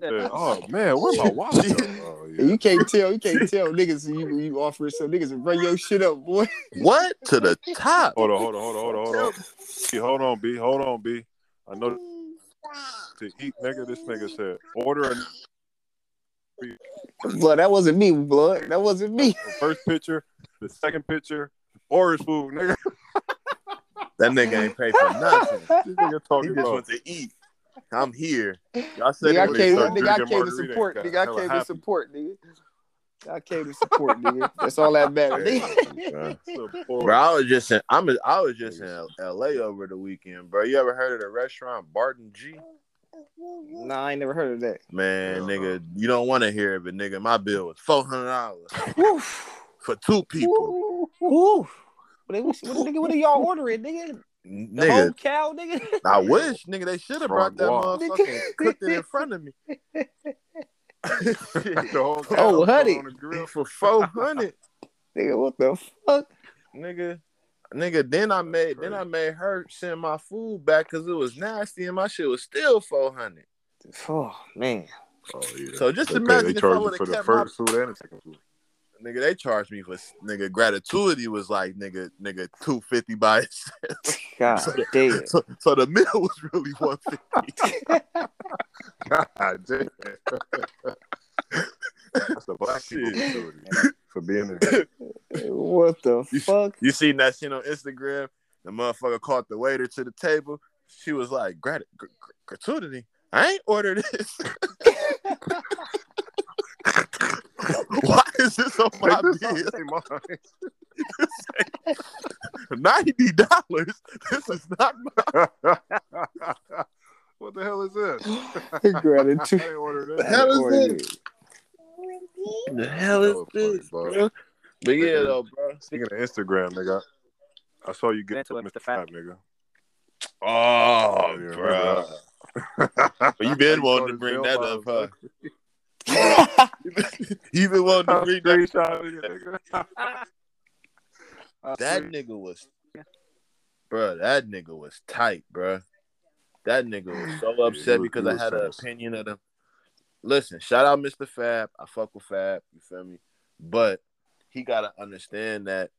C: Yeah. Oh man, where's my wallet? at? Oh yeah.
B: You can't tell. You can't tell niggas. You you offer it, so niggas will run your shit up, boy.
A: What to the top?
C: Hold on, hold on, hold on, hold on, hold on. B, hold on, B. Hold on, B. I know to eat, nigga. This nigga said order a
B: Blood, that wasn't me, blood. That wasn't me.
C: the first picture, the second picture, or his food, nigga.
A: That nigga ain't paid for nothing.
C: This nigga
A: He
C: talking
A: just
C: about.
A: went to eat. I'm here. Y'all said
B: Nigga, I
A: it
C: when
B: came,
C: you start
B: nigga, I
C: drinking
B: came to
C: margarita,
B: support.
C: you got
B: Nigga, I
C: hella
B: came to
C: happy.
B: support, nigga. I came to support, nigga. That's all that matters. nigga.
C: Support.
A: Bro, I was just in I'm a, I was just in L- LA over the weekend, bro. You ever heard of the restaurant Barton G?
B: Nah, I ain't never heard of that.
A: Man,
C: Hell
A: nigga, you don't want to hear it, but nigga, my bill was four hundred dollars
B: Woof.
A: for two people.
B: Woof. What, they- what, nigga, what are y'all ordering, nigga? The whole
A: Nigga,
B: cow, nigga.
A: I wish, nigga, they should have brought
C: Frog
A: that
C: walk.
A: motherfucker and cooked it in front of me.
C: The whole
B: Oh,
C: cow was
B: honey.
C: on the grill.
A: for four hundred,
B: Nigga, what the fuck?
A: nigga. Nigga, then I made then I made her send my food back because it was nasty and my shit was still four hundred.
B: Oh man.
C: Oh, yeah.
A: So just
C: They pay-
A: imagine
C: they
A: if I
C: charge you
A: would
C: for
A: have
C: the
A: kept my
C: first food and the second food.
A: Nigga, they charged me for nigga gratuity was like nigga nigga two fifty by itself.
B: God damn.
A: So, so the meal was really one fifty.
C: God damn. That's the black people
A: Shit.
C: facility for being in
B: What the
A: You-
B: fuck?
A: You seen that shit on Instagram? The motherfucker caught the waiter to the table. She was like, Grat- gr- gr- gratuity. I ain't ordered this. Why is this on my bill? Ninety dollars. This is not my
C: What the hell is this? I
B: Gratitude.
C: didn't order
A: The
C: this.
A: hell is
B: Or-
A: this? the hell
C: is this, bro?
A: But yeah, though, bro.
C: Speaking of Instagram, nigga, I saw you get
B: That's
C: to
B: what
C: Mr.
B: the
C: Fat,
B: fact-
C: nigga.
A: Oh,
C: Yeah,
A: bruh.
C: remember that.
A: Oh, But you been wanting to bring that up, huh? you been wanting to bring that That nigga was, bruh, That nigga was tight, bruh. That nigga was so upset
C: was-
A: because
C: he
A: I
C: was
A: had an
C: tight.
A: opinion of him. Listen, shout out Mr. Fab. I fuck with Fab. You feel me? But he gotta understand that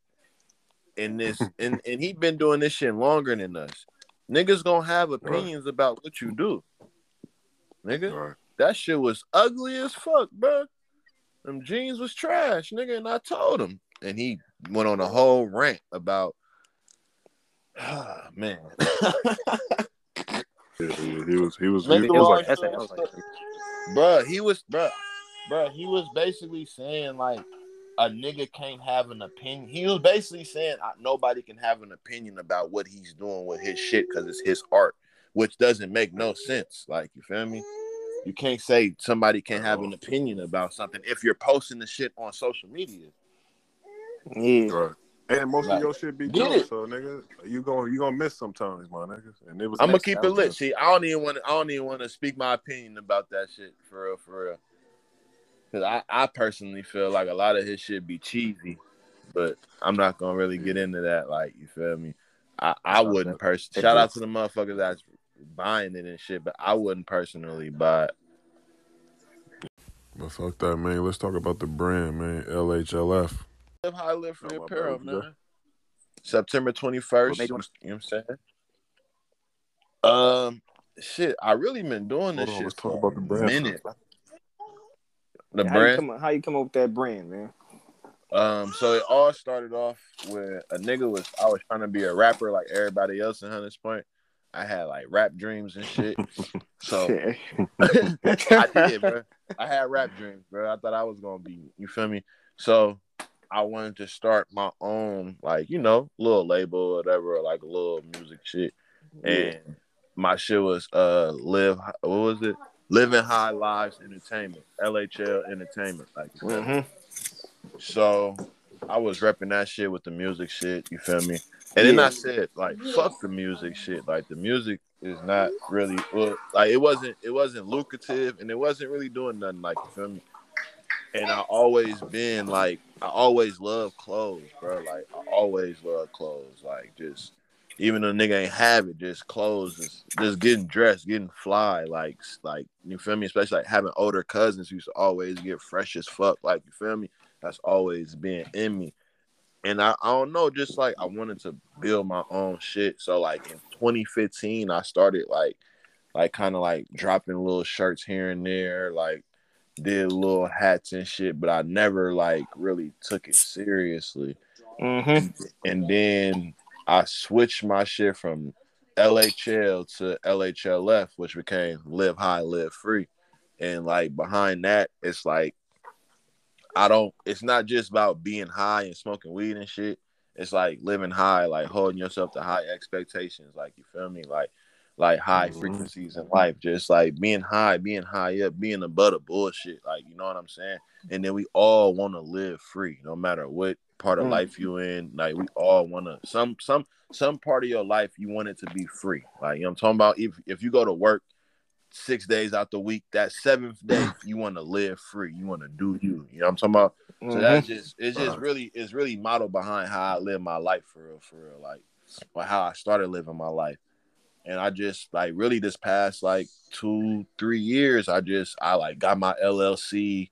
A: in this, and and he been doing this shit longer than us. Niggas gonna have opinions about what you do, nigga.
C: Right.
A: That shit was ugly as fuck, bruh. Them jeans was trash, nigga, and I told him. And he went on a whole rant about man.
C: Yeah, he, he was he was, he
A: Maybe
C: was
A: it was-
C: like,
A: bruh, he was bruh. bro, he was basically saying like a nigga can't have an opinion. He was basically saying uh, nobody can have an opinion about what he's doing with his shit because it's his art, which doesn't make no sense. Like, you feel me? You can't say somebody can't have an opinion about something if you're posting the shit on social media.
B: Yeah.
C: Right. And most
A: Right.
C: of your shit be
A: Get
C: dope,
A: it.
C: so nigga, you going you gonna miss sometimes, my nigga. And it was
A: I'm gonna keep it lit. See, I don't even want to. I don't even want to speak my opinion about that shit for real, for real. Cause I, I personally feel like a lot of his shit be cheesy, but I'm not gonna really get into that. Like, you feel me? I, I wouldn't personally. Shout out to the motherfuckers that's buying it and shit, but I wouldn't personally buy it.
C: But fuck that, man. Let's talk about the brand, man. LHLF.
A: Live high, live free
C: Oh, my
A: apparel,
C: bad, yeah.
A: man. September 21st.
C: Well,
A: You know what I'm saying? Um, shit, I really been doing this
C: Hold on,
A: shit
C: let's talk
A: for
C: about the brand
A: a minute. The
B: how You
A: brand.
B: come, up- how you come up with that brand, man?
A: Um, so it all started off with a nigga was I was trying to be a rapper like everybody else in Hunters Point. I had like rap dreams and shit. So
B: Shit.
A: I did, bro. I had rap dreams, bro. I thought I was gonna be, you feel me? So I wanted to start my own, like you know, little label or whatever, or like a little music shit. And my shit was uh live, what was it? Living High Lives Entertainment, LHL Entertainment, like. you feel me?
B: Mhm.
A: So I was repping that shit with the music shit, you feel me? And then
B: Yeah.
A: I said, like, fuck the music shit. Like the music is not really well, like it wasn't it wasn't lucrative and it wasn't really doing nothing like you feel me. And I always been like I always love clothes, bro. Like I always love clothes. Like just even though nigga ain't have it, just clothes, just, just getting dressed, getting fly, like like you feel me. Especially like having older cousins who used to always get fresh as fuck, like you feel me. That's always been in me, and I, I don't know, just like I wanted to build my own shit. So like in 2015, I started like like kind of like dropping little shirts here and there, like did little hats and shit, but I never like really took it seriously
B: Mhm.
A: and then I switched my shit from LHL to LHLF, which became Live High, Live Free. And like behind that, it's like I don't. It's not just about being high and smoking weed and shit. It's like living high, like holding yourself to high expectations. Like you feel me, like like high
C: Mhm.
A: frequencies in life, just like being high, being high up, being above the bullshit. Like you know what I'm saying. And then we all want to live free, no matter what part of
B: Mm.
A: life you in. Like we all want to some some some part of your life you want it to be free. Like you know what I'm talking about. If if you go to work six days out the week, that seventh day you want to live free. You want to do you. You know what I'm talking about.
B: mm-hmm.
A: So that's just it's just
C: Right.
A: really it's really model behind how I live my life for real, for real. Like or how I started living my life. And I just like really this past like two, three years, I just I like got my LLC,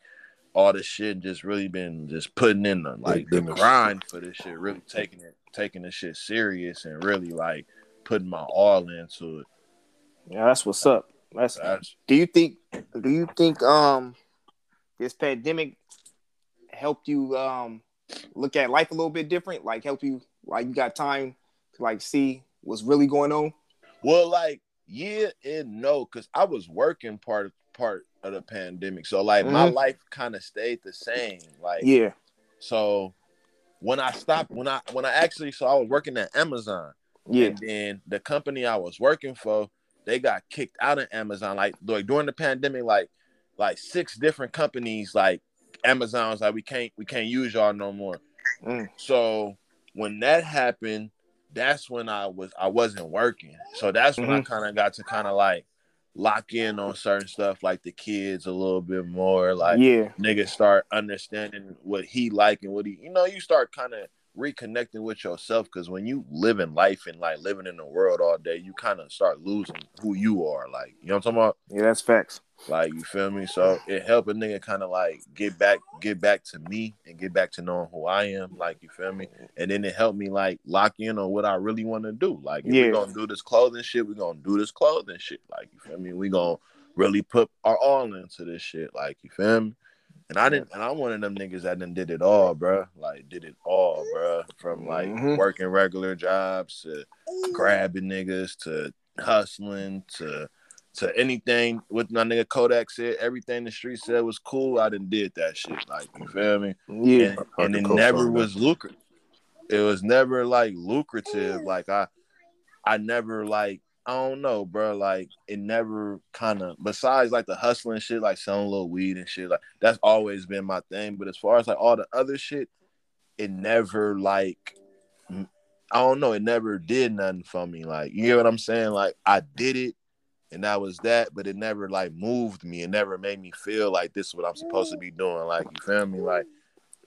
A: all this shit, and just really been just putting in the like the
C: goodness.
A: grind for this shit, really taking it taking this shit serious and really like putting my all into it.
B: Yeah, that's what's up. That's
A: That's
B: Do you think do you think um this pandemic helped you um look at life a little bit different? Like help you like you got time to like see what's really going on?
A: Well, like yeah and no, because I was working part part of the pandemic, so like my
B: Mhm.
A: life kind of stayed the same. Like
B: Yeah.
A: so, when I stopped, when I when I actually so I was working at Amazon,
B: Yeah.
A: and then the company I was working for, they got kicked out of Amazon. Like like during the pandemic, like like six different companies, like Amazon's like we can't we can't use y'all no more.
B: Mm.
A: So when that happened, that's when I was I wasn't working. So that's when
B: Mm-hmm.
A: I kind of got to kind of like lock in on certain stuff, like the kids a little bit more, like
B: yeah.
A: niggas start understanding what he like and what he you know you start kind of reconnecting with yourself because when you living life and like living in the world all day you kind of start losing who you are like you know what i'm talking about
B: Yeah, that's facts.
A: like you feel me so it helped a nigga kind of like get back get back to me and get back to knowing who i am like you feel me and then it helped me like lock in on what i really want to do like if
B: Yeah.
A: we're gonna do this clothing shit we're gonna do this clothing shit like you feel me we gonna really put our all into this shit like you feel me and I didn't, and I'm one of them niggas that done did it all, bruh. Like did it all, bruh. From like
B: Mhm.
A: working regular jobs to grabbing niggas to hustling to to anything what my nigga Kodak said, everything the street said was cool. I done did that shit. Like, you feel me?
B: Yeah.
A: And,
C: I
A: and it
C: can co-sign
A: never
C: that.
A: was lucrative. It was never like lucrative. Like I I never like I don't know, bro. Like it never kind of besides like the hustling shit, like selling a little weed and shit. Like that's always been my thing. But as far as like all the other shit, it never like m- I don't know. It never did nothing for me. Like you get what I'm saying? Like I did it, and that was that. But it never like moved me. It never made me feel like this is what I'm supposed to be doing. Like you feel me? Like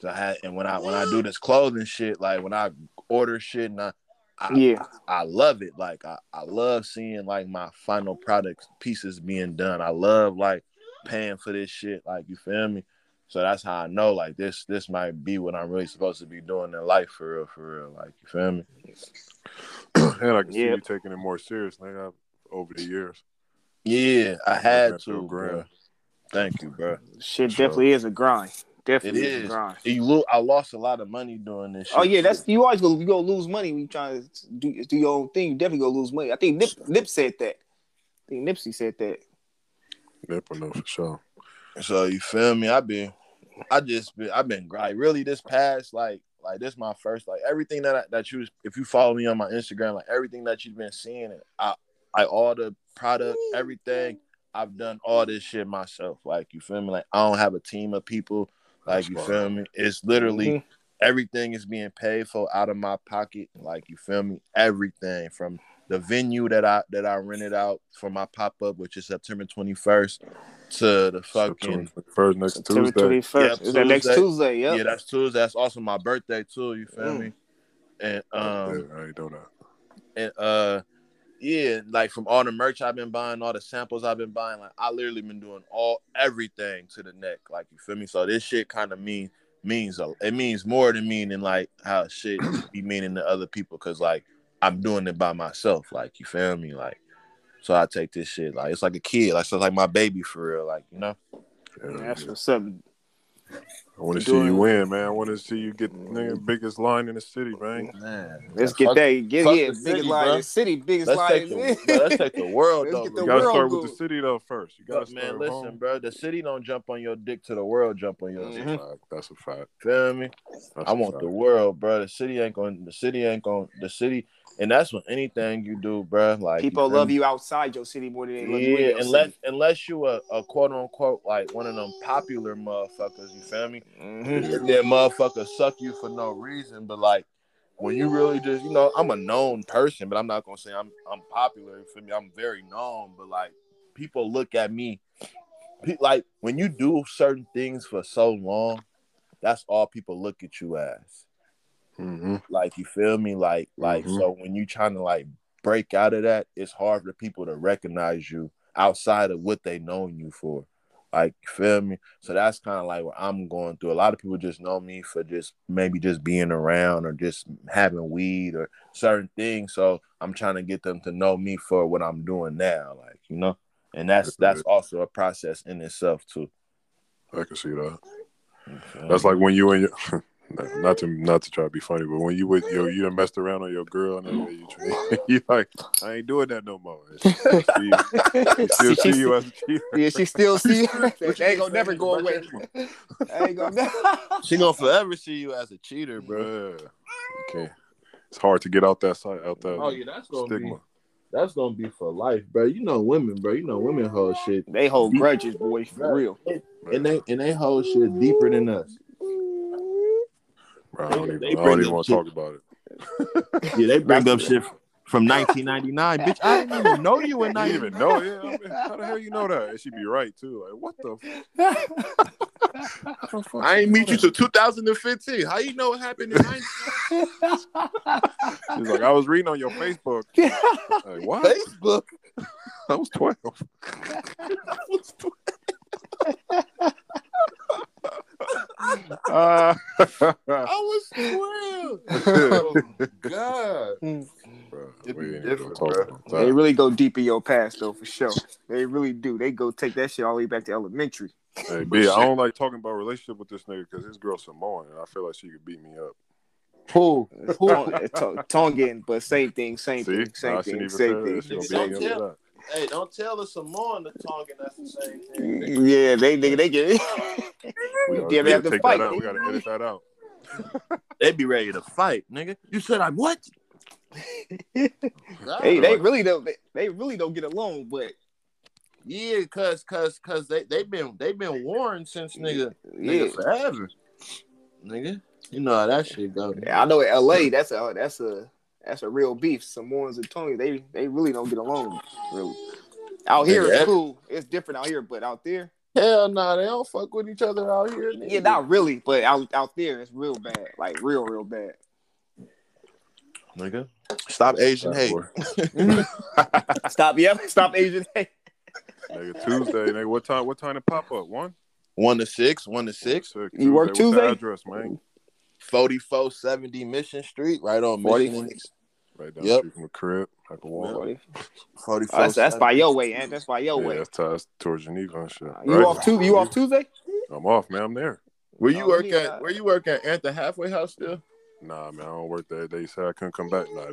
A: so I had, and when I when I do this clothing shit, like when I order shit and I I,
B: Yeah.
A: I love it. Like I, I love seeing like my final product pieces being done. I love like paying for this shit. Like you feel me? So that's how I know like this this might be what I'm really supposed to be doing in life for real, for real. Like you feel me?
C: and I can see
B: Yeah.
C: you taking it more serious, nigga, over the years.
A: Yeah, I had
C: That's your
A: to, bro.
C: grind.
A: Thank you, bro.
B: Shit
C: Sure.
B: definitely is a grind. Definitely
A: It
B: is. a
A: is.
B: grind.
A: You lo- I lost a lot of money doing this. Shit
B: Oh yeah, that's
A: too.
B: you always go you go lose money when you trying to do, do your own thing. You definitely go lose money. I think Nip, Nip said that. I think Nipsey said that.
C: Yep, I know for sure.
A: So you feel me? I've been, I just been, I've been like really this past like like this my first like everything that I, that you if you follow me on my Instagram like everything that you've been seeing I I all the product everything I've done all this shit myself like you feel me like I don't have a team of people like you feel me it's literally
B: Mhm.
A: everything is being paid for out of my pocket like you feel me everything from the venue that I that I rented out for my pop up which is September 21st to the fucking
C: September first next
B: September
C: Tuesday.
B: twenty first.
A: Yep,
B: is that next
A: Tuesday.
B: Tuesday? Yep.
A: yeah, that's Tuesday. That's also my birthday too. You feel
B: Mm.
A: me? And um
C: yeah, I ain't know that.
A: and uh yeah, like from all the merch I've been buying, all the samples I've been buying, like I literally been doing all everything to the neck. Like you feel me? So this shit kind of mean means a, it means more to me than like how shit be meaning to other people because like I'm doing it by myself. Like you feel me? Like so I take this shit like it's like a kid. Like so it's like my baby for real. Like you know.
C: Yeah,
B: That's
C: yeah.
B: what's up.
C: I want to see
B: doing
C: you
B: it.
C: win, man. I want to see you get the
B: Mm-hmm.
C: nigga, biggest line in the city, man.
A: Man,
B: Let's get
A: fuck
B: that. Get
A: fuck
B: yeah,
A: the
B: biggest
A: city,
B: line in
A: bruh.
B: the city, biggest
A: Let's
B: line.
A: take,
B: in
A: the, bro, let's take the world
B: Let's
A: though.
B: get The
A: bro.
C: You gotta
B: world
C: start with
B: good.
C: the city though first. You gotta
A: Look,
C: start
A: man,
C: with
A: listen,
C: home.
A: bro. The city don't jump on your dick till the world jump on your
B: Mhm.
A: dick.
C: Fuck, That's a fact.
A: Feel me?
C: That's
A: Mm-hmm. I
C: a
A: want
C: fact.
A: the world, bro. The city ain't going. The city ain't going. The city, and that's when anything you do, bro. Like
B: People
A: feel
B: love
A: me?
B: you outside your city more than they love you. in
A: Yeah,
B: your
A: unless
B: city.
A: unless you a, a quote unquote like one of them popular motherfuckers. You feel me?
B: Mhm.
A: And then motherfuckers suck you for no reason. But like when you really just, you know, I'm a known person, but I'm not gonna say I'm I'm popular. You feel me? I'm very known, but like people look at me pe- like when you do certain things for so long, that's all people look at you as.
C: Mm-hmm.
A: Like you feel me? Like like
C: Mhm.
A: so when you trying to like break out of that, it's hard for people to recognize you outside of what they known you for. Like you feel me? So that's kind of like what I'm going through. A lot of people just know me for just maybe just being around or just having weed or certain things. So I'm trying to get them to know me for what I'm doing now. Like, you know? And that's that's also a process in itself too.
C: I can see that. That's like when you and your not not to not to try to be funny, but when you with your you done messed around on your girl and then you, treat- you like I ain't doing that no more. And she'll see you- she'll see you as a cheater.
B: Yeah, she still see.
C: What
B: that
C: you
B: ain't gonna
C: say?
B: never go away. That ain't gonna.
A: she gonna forever see you as a cheater, bro.
C: Bruh. You can't. It's hard to get out that side out that
A: Oh yeah, that's gonna
C: stigma.
A: be that's gonna be for life, bro. You know women, bro. You know women hold shit,
B: they hold grudges, boy, for real.
A: and they and they hold shit deeper than us.
C: Bro, I don't
A: they
C: even, I
A: bring
C: don't even
A: them
C: want to
A: shit-
C: talk about it.
A: Yeah, they bring up shit from 1999, bitch. I didn't even know you in
C: I
A: 99.
C: didn't even know. Yeah, I mean, how the hell you know that? And she be right too. Like, what the? Fuck
A: I ain't meet you till 2015. How you know what happened in 99?
C: She's like, I was reading on your Facebook. Like, what?
A: Facebook?
C: I was twelve. Uh,
A: I was 12. God.
C: bro,
A: It'd
C: we
A: be
C: ain't even
A: different,
C: talking
A: bro.
C: about
B: They
C: that.
B: really go deep in your past, though, for sure. They really do. They go take that shit all the way back to elementary.
C: Hey, B, I don't like talking about relationship with this nigga because his girl Samoan, and I feel like she could beat me up.
A: Who? Who?
B: Tong- to- Eh, Tongan, but same thing, same
C: See,
B: thing, same
C: I shouldn't
B: thing,
C: even
B: same
C: say
B: thing.
C: that. She gonna
A: Don't
C: beat me up
A: tell-
C: for that.
A: Hey, don't tell us some more in the Tongan. That's the same thing.
B: Yeah, they they they get
C: We
B: Yeah,
C: gotta,
B: we
C: we
B: have
C: gotta
B: to
C: take
B: fight.
C: that out. We gotta edit that out.
A: They be ready to fight, nigga. You said I'm what? God.
B: Hey, they really don't they, they really don't get along, but
A: yeah, cause cause cause they they been they been warned since nigga
B: yeah.
A: nigga forever, nigga. You know how that shit go.
B: Yeah, I know in LA that's a that's a that's a real beef. Samoans and Tony, they they really don't get along. Really. Out here
A: Yeah.
B: it's cool. It's different out here, but out there,
A: Hell nah, they don't fuck with each other out here. Nigga.
B: yeah, not really, but out out there it's real bad. Like real, real bad.
A: nigga. Stop Asian
C: That
A: hate.
C: boy.
B: Stop, yeah, stop Asian hate.
C: Nigga, Tuesday, nigga. What time? What time to pop up? One.
A: One to six, one to six, Mm.
B: You work
C: What's the
B: Tuesday?
C: address, man.
A: 4470 Mission Street, right on Mission.
B: 44.
C: Right down
A: Yep.
C: the street from the crib, like a wall.
B: Oh,
A: Forty-four.
B: that's, that's by your way, Ant. That's by your
C: yeah,
B: way. Uh,
C: that's, t- that's towards Geneva and shit.
B: You
C: Right.
B: off Tu- You off Tuesday?
C: I'm off, man. I'm there.
A: Where you
B: No,
A: work
B: we
A: at?
B: not.
A: Where you work at? At the halfway house still?
C: Nah, man. I don't work that. They said I couldn't come back. Nah,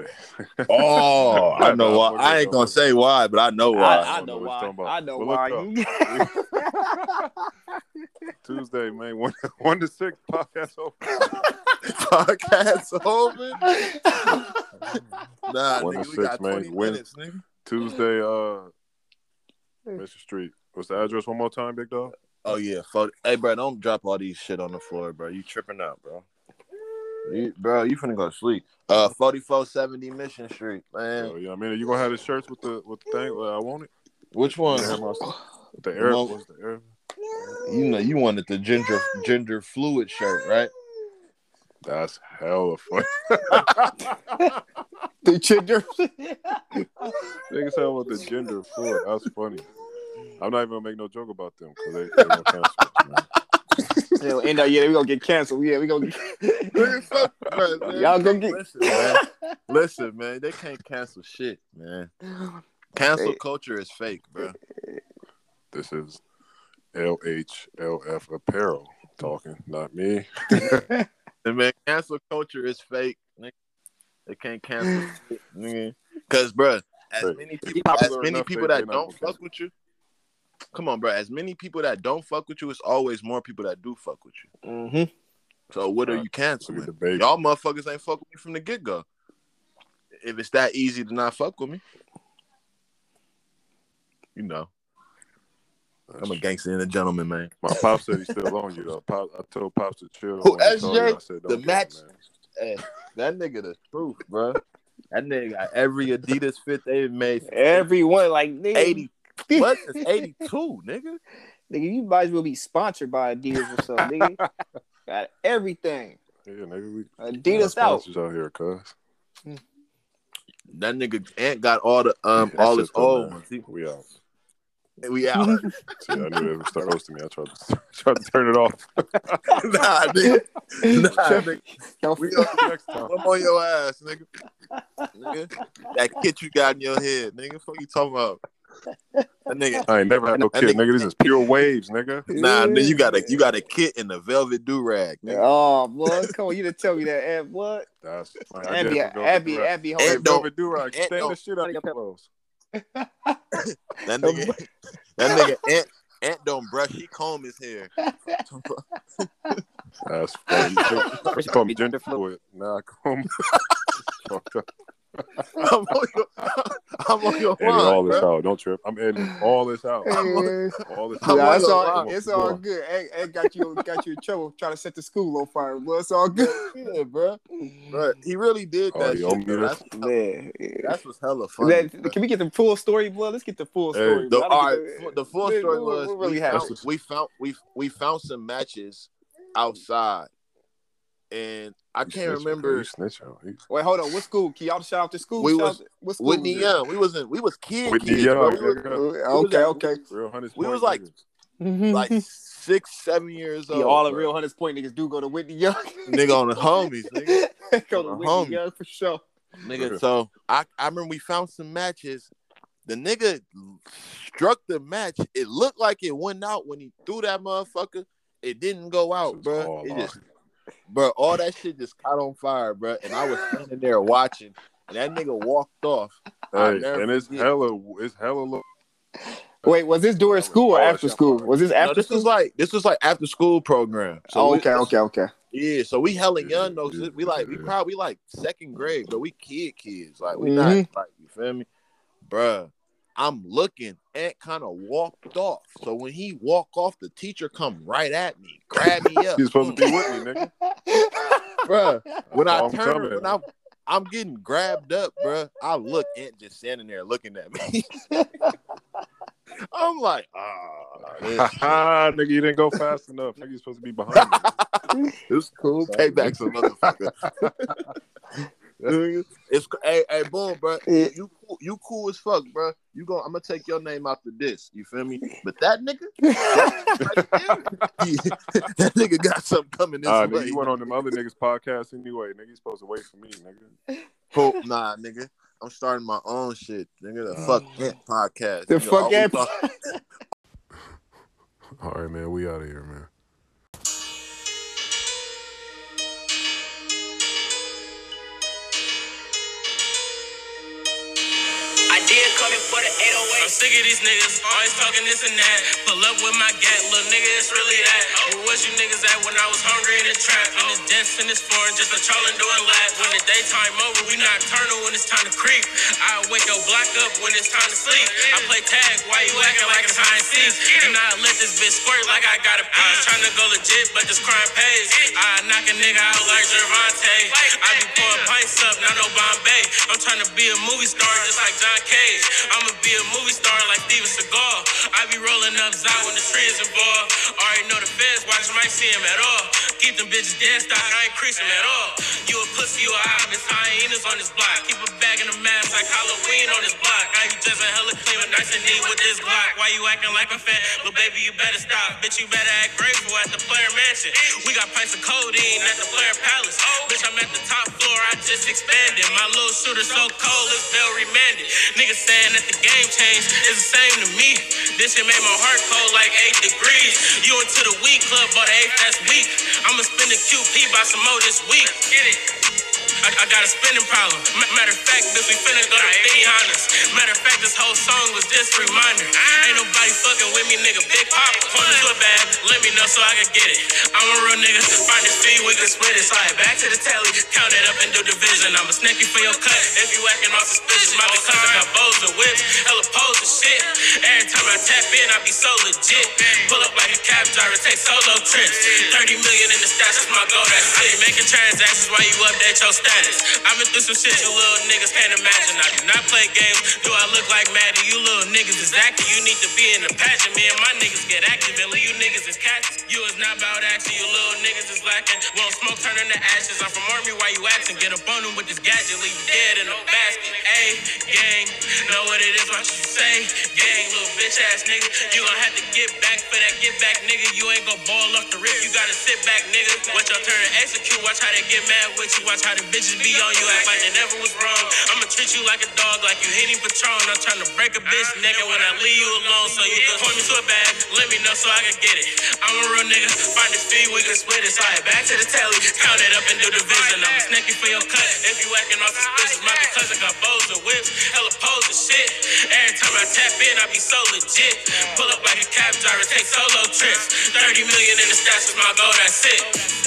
C: they-
A: Oh, I know why.
C: Nah,
A: I ain't gonna say why, but I know why.
B: I, I
C: don't
B: know
C: know what
B: why.
C: you're talking
B: I
C: about.
B: know why.
C: Well, look Tuesday, man. One, one to six podcast over.
A: Podcast over. Nah,
C: One
A: nigga,
C: to
A: we
C: six,
A: got
C: man.
A: twenty
C: Win.
A: minutes, nigga.
C: Tuesday, uh, Mission Street. What's the address? One more time, big dog.
A: Oh yeah, 40. hey bro, don't drop all these shit on the floor, bro. You tripping out, bro. You, bro, you finna go to sleep. Uh, forty-four seventy Mission Street, man.
C: Yo, you know what I mean? You gonna have the shirts with the with the thing? Well, I want it.
A: Which one?
C: With the Arab.
A: Well-
C: What's the Arab?
A: You know, you wanted the ginger ginger fluid shirt, right?
C: That's hella funny.
B: The gender.
C: Niggas talking about the gender fluid. That's funny. I'm not even gonna make no joke about them because they, they gonna cancel. us, man.
B: They'll end up. Yeah, we gonna get canceled. Yeah, we gonna. Get...
A: Nigga, fuck, bro, man.
B: Y'all gonna get.
A: Listen, man. Listen, man. They can't cancel shit, man. Cancel
B: Hey.
A: culture is fake, bro.
C: This is LHLF Apparel talking, not me.
A: And man, cancel culture is fake. nigga. They can't cancel shit, nigga. Cause, bro, as
C: Right.
A: many
C: If
A: people, as
C: popular
A: many
C: enough,
A: people
C: they-
A: that
C: they not
A: don't
C: gonna
A: fuck with you, come on, bro. As many people that don't fuck with you, it's always more people that do fuck with you.
B: hmm
A: So what are
C: Right.
A: you
C: Look at
A: canceling?
C: the baby.
A: Y'all motherfuckers ain't fuck with me from the get go. If it's that easy to not fuck with me, you know.
C: That's
A: I'm a gangster and a gentleman, man.
C: My pop said he's still on you though. Pop, I told pops to chill.
A: Who,
C: when he told
A: SJ?
C: you, I said,
A: The
C: get
A: match?
C: him, man.
A: Hey, that nigga the truth, bro. That nigga got every Adidas fit they made. since
B: Everyone like nigga,
A: 80. What? Since 82, nigga.
B: Nigga, you might as well be sponsored by Adidas or something. Nigga, got everything.
C: Yeah, nigga, we we got
B: Adidas out.
C: sponsors out here, cuz
A: That nigga Ant got all the um
C: Yeah,
A: all his
C: that's just
A: old
C: the
A: ones. He-
C: we out.
A: we out. nah,
C: See, I knew they would start hosting me. I tried to tried to turn it off.
A: nigga. Nah, nigga.
B: Don't
A: We
B: forget-
A: up next time. I'm on your ass, nigga. nigga. That kit you got in your head, nigga. Fuck you talking about? That nigga.
C: I ain't never had no
A: I
C: kid,
A: think-
C: nigga. This is pure waves, nigga.
A: Nah, nigga, you got a you got a kit in a velvet do rag, nigga.
B: Oh boy, come on, you didn't tell me that. Ab, what?
C: That's funny. I
B: Abby,
C: definitely go
B: Abby,
C: with Durag.
B: Abby,
C: Hey,
A: Ed
B: hold
A: don't-
C: Velvet Durag,
A: Ed
C: stand
A: don't-
C: the shit out of your clothes.
A: That nigga, that nigga Ant, Ant don't brush. He comb his hair.
C: That's funny. You call me gender fluid. Nah, come.
A: I'm on your, I'm on your
C: Edit all
A: line,
C: this
A: bro.
C: out. Don't trip. I'm editing all this out.
B: on.
C: All this.
A: I'm
B: Nah,
A: on
B: it's
A: your
B: all,
C: line.
B: it's all good. Ed, Ed got you got you in trouble trying to set the school on fire, but it's all good.
A: Yeah, bro. Bro, he really did that.
C: Audio
A: Shit, bro.
C: meter.
A: That's,
B: Man, yeah.
A: that's what's hella funny.
B: Man,
A: bro.
B: can we get the full story, blood? Let's get the full
C: Hey,
B: story.
A: The,
B: bro. I
A: all
B: don't get
A: right, the full
B: Man,
A: story
B: we-
A: was
B: we
A: we,
B: really have-
A: found, we found we we found some matches outside, and I
C: You
A: can't
C: snitching, bro.
A: remember
C: You snitch out. You-
B: Wait, hold on. What school? Can y'all shout out to school?
A: We
B: Shout
A: was-
B: out to- what school?
A: Whitney
B: was
A: Young. We wasn't we was kid
C: Whitney
A: kids, bro.
C: Young,
A: We was,
B: it?
C: yeah.
B: Okay, okay.
C: Real hunters.
A: We was
C: point
A: like-
C: niggas.
B: Mm-hmm.
A: like six seven years
B: Yeah,
A: old.
B: all the
A: bro.
B: real Hunters Point niggas do go to Whitney Young.
A: nigga on the homies, nigga.
B: They go to
A: On the
B: Whitney
A: homies.
B: Young for sure.
A: Nigga, so I, I remember we found some matches. The nigga struck the match. It looked like it went out when he threw that motherfucker. It didn't go out,
C: It's
A: bro.
C: all
A: It
C: on.
A: just, bro, all that shit just caught on fire, bro. And I was standing there watching, And that nigga walked off. I'll
C: Hey,
A: never
C: and it's
A: forget.
C: hella, it's hella. Low.
B: Wait, was this during school or
C: Oh,
B: after
C: shit.
B: school? Was this
A: No,
B: after
A: this
B: school?
A: was like this was like after school program. So
B: oh,
A: we-
B: okay, okay, okay.
A: Yeah, so we hella
C: Yeah,
A: young though.
C: yeah,
A: We like we
C: yeah.
A: probably like second grade, but we kid kids. Like we
B: Mhm.
A: not like you feel me, bruh. I'm looking and kind of walked off. So when he walk off, the teacher come right at me, grab me up. Mm.
C: You're supposed to be with me, nigga.
A: bruh. When I
C: Oh, I'm
A: turn,
C: coming.
A: when I I'm getting grabbed up, bruh. I look and just standing there looking at me. I'm like, ah, this-
C: Ah, nigga, you didn't go fast enough. Nigga, you supposed to be behind me.
A: It's cool. Payback's a motherfucker. it's hey, hey, boom, bro.
B: Yeah.
A: You cool, you cool as fuck, bro. You going I'm gonna take your name out the disc. You feel me? But that nigga, that, nigga got something coming this
C: Ah, nigga,
A: way.
C: you went on them other niggas' podcast anyway. Nigga, you supposed to wait for me, nigga.
A: Cool. Nah, nigga. I'm starting my own shit, nigga. The fuck that
B: Mm.
A: podcast.
B: The
A: Nigga,
B: fuck
A: always
B: that-
A: talk-
C: All right, man, we out of here, man.
D: I did come in for the 808.
E: I'm sick of these niggas, always talking this and that. Pull up with my gat, little nigga, it's really that. Where was you niggas at when I was hungry in the trap? And it's dense and it's foreign, just a trolling doing lap. When the daytime over, we nocturnal when it's time to creep. I wake your block up when it's time to sleep. I play tag, why you acting like it's high and seas? And I let this bitch squirt like I got a pie. Trying to go legit, but this crime pays. I knock a nigga out like Gervonta. I be pouring pints up, not no Bombay. I'm trying to be a movie star just like John Cage. I'ma be a movie star like Steven Seagal. I be rolling up Zy when the trends involved. Already know the feds watch might see him at all. Keep them bitches dead stock, I ain't crease 'em at all. You a pussy, you a obvious hyenas on this block. Keep a bag in the mask like Halloween on this block. I you just hella clean, but nice and neat with this Glock. Why you acting like a fat? Little baby, you better stop. Bitch, you better act grateful at the player mansion. We got pints of codeine at the player palace. Bitch, I'm at the top floor, I just expanded. My little shooter so cold, it's bell remanded. Niggas saying that the game changed, it's the same to me. This shit made my heart cold like 8 degrees. You into the weed club, but the 8th that's weak. I'ma spend the QP by some more this week. Get it. I, I got a spending problem. M- matter of fact, bitch, we finna go to Honest. Matter of fact, this whole song was just a reminder. Ain't nobody fucking with me, nigga. Big pop, point it to a bag, let me know so I can get it. I'm a real nigga, find this fee, we can split it. Slide back to the tally, count it up and do division. I'ma snake you for your cut if you acting all suspicious. My because I got bows and whips, hella pose and shit. Every time I tap in, I be so legit. Pull up like a cab driver, take solo trips. 30 million in the stash is my goal, that's it. Making transactions while you update your status. I've been through some shit you little niggas can't imagine. I do not play games. Do I look like Maddie? You little niggas is acting. You need to be in the pageant. Me and my niggas get active and leave you niggas is catching. You is not about action. You little niggas is lacking. Won't smoke, turn into ashes. I'm from Army, why you acting? Get up on them with this gadget. Leave you dead in a basket. Ayy, gang. Know what it is, what you say. Gang, little bitch ass nigga. You gon' have to get back for that get back, nigga. You ain't gon' ball off the rip. You gotta sit back, nigga. Watch your turn to execute. Watch how they get mad with you. Watch how the bitches be on you. Act like they never was wrong. I'ma treat you like a dog, like you hitting Patron. I'm tryna break a bitch, nigga. When I leave you alone, so you can point me to a bag. Let me know so I can get it. I'm a real nigga. Find this fee, we can split it. Slide back to the tally. Count it up and do division. I'ma snake you for your cut. If you acting off suspicious, my big cousin got bows and whips. Hella pose and shit. Every time I tap in, I be so legit. Pull up like a cab driver, take solo trips. 30 million in the stash is my goal, that's it.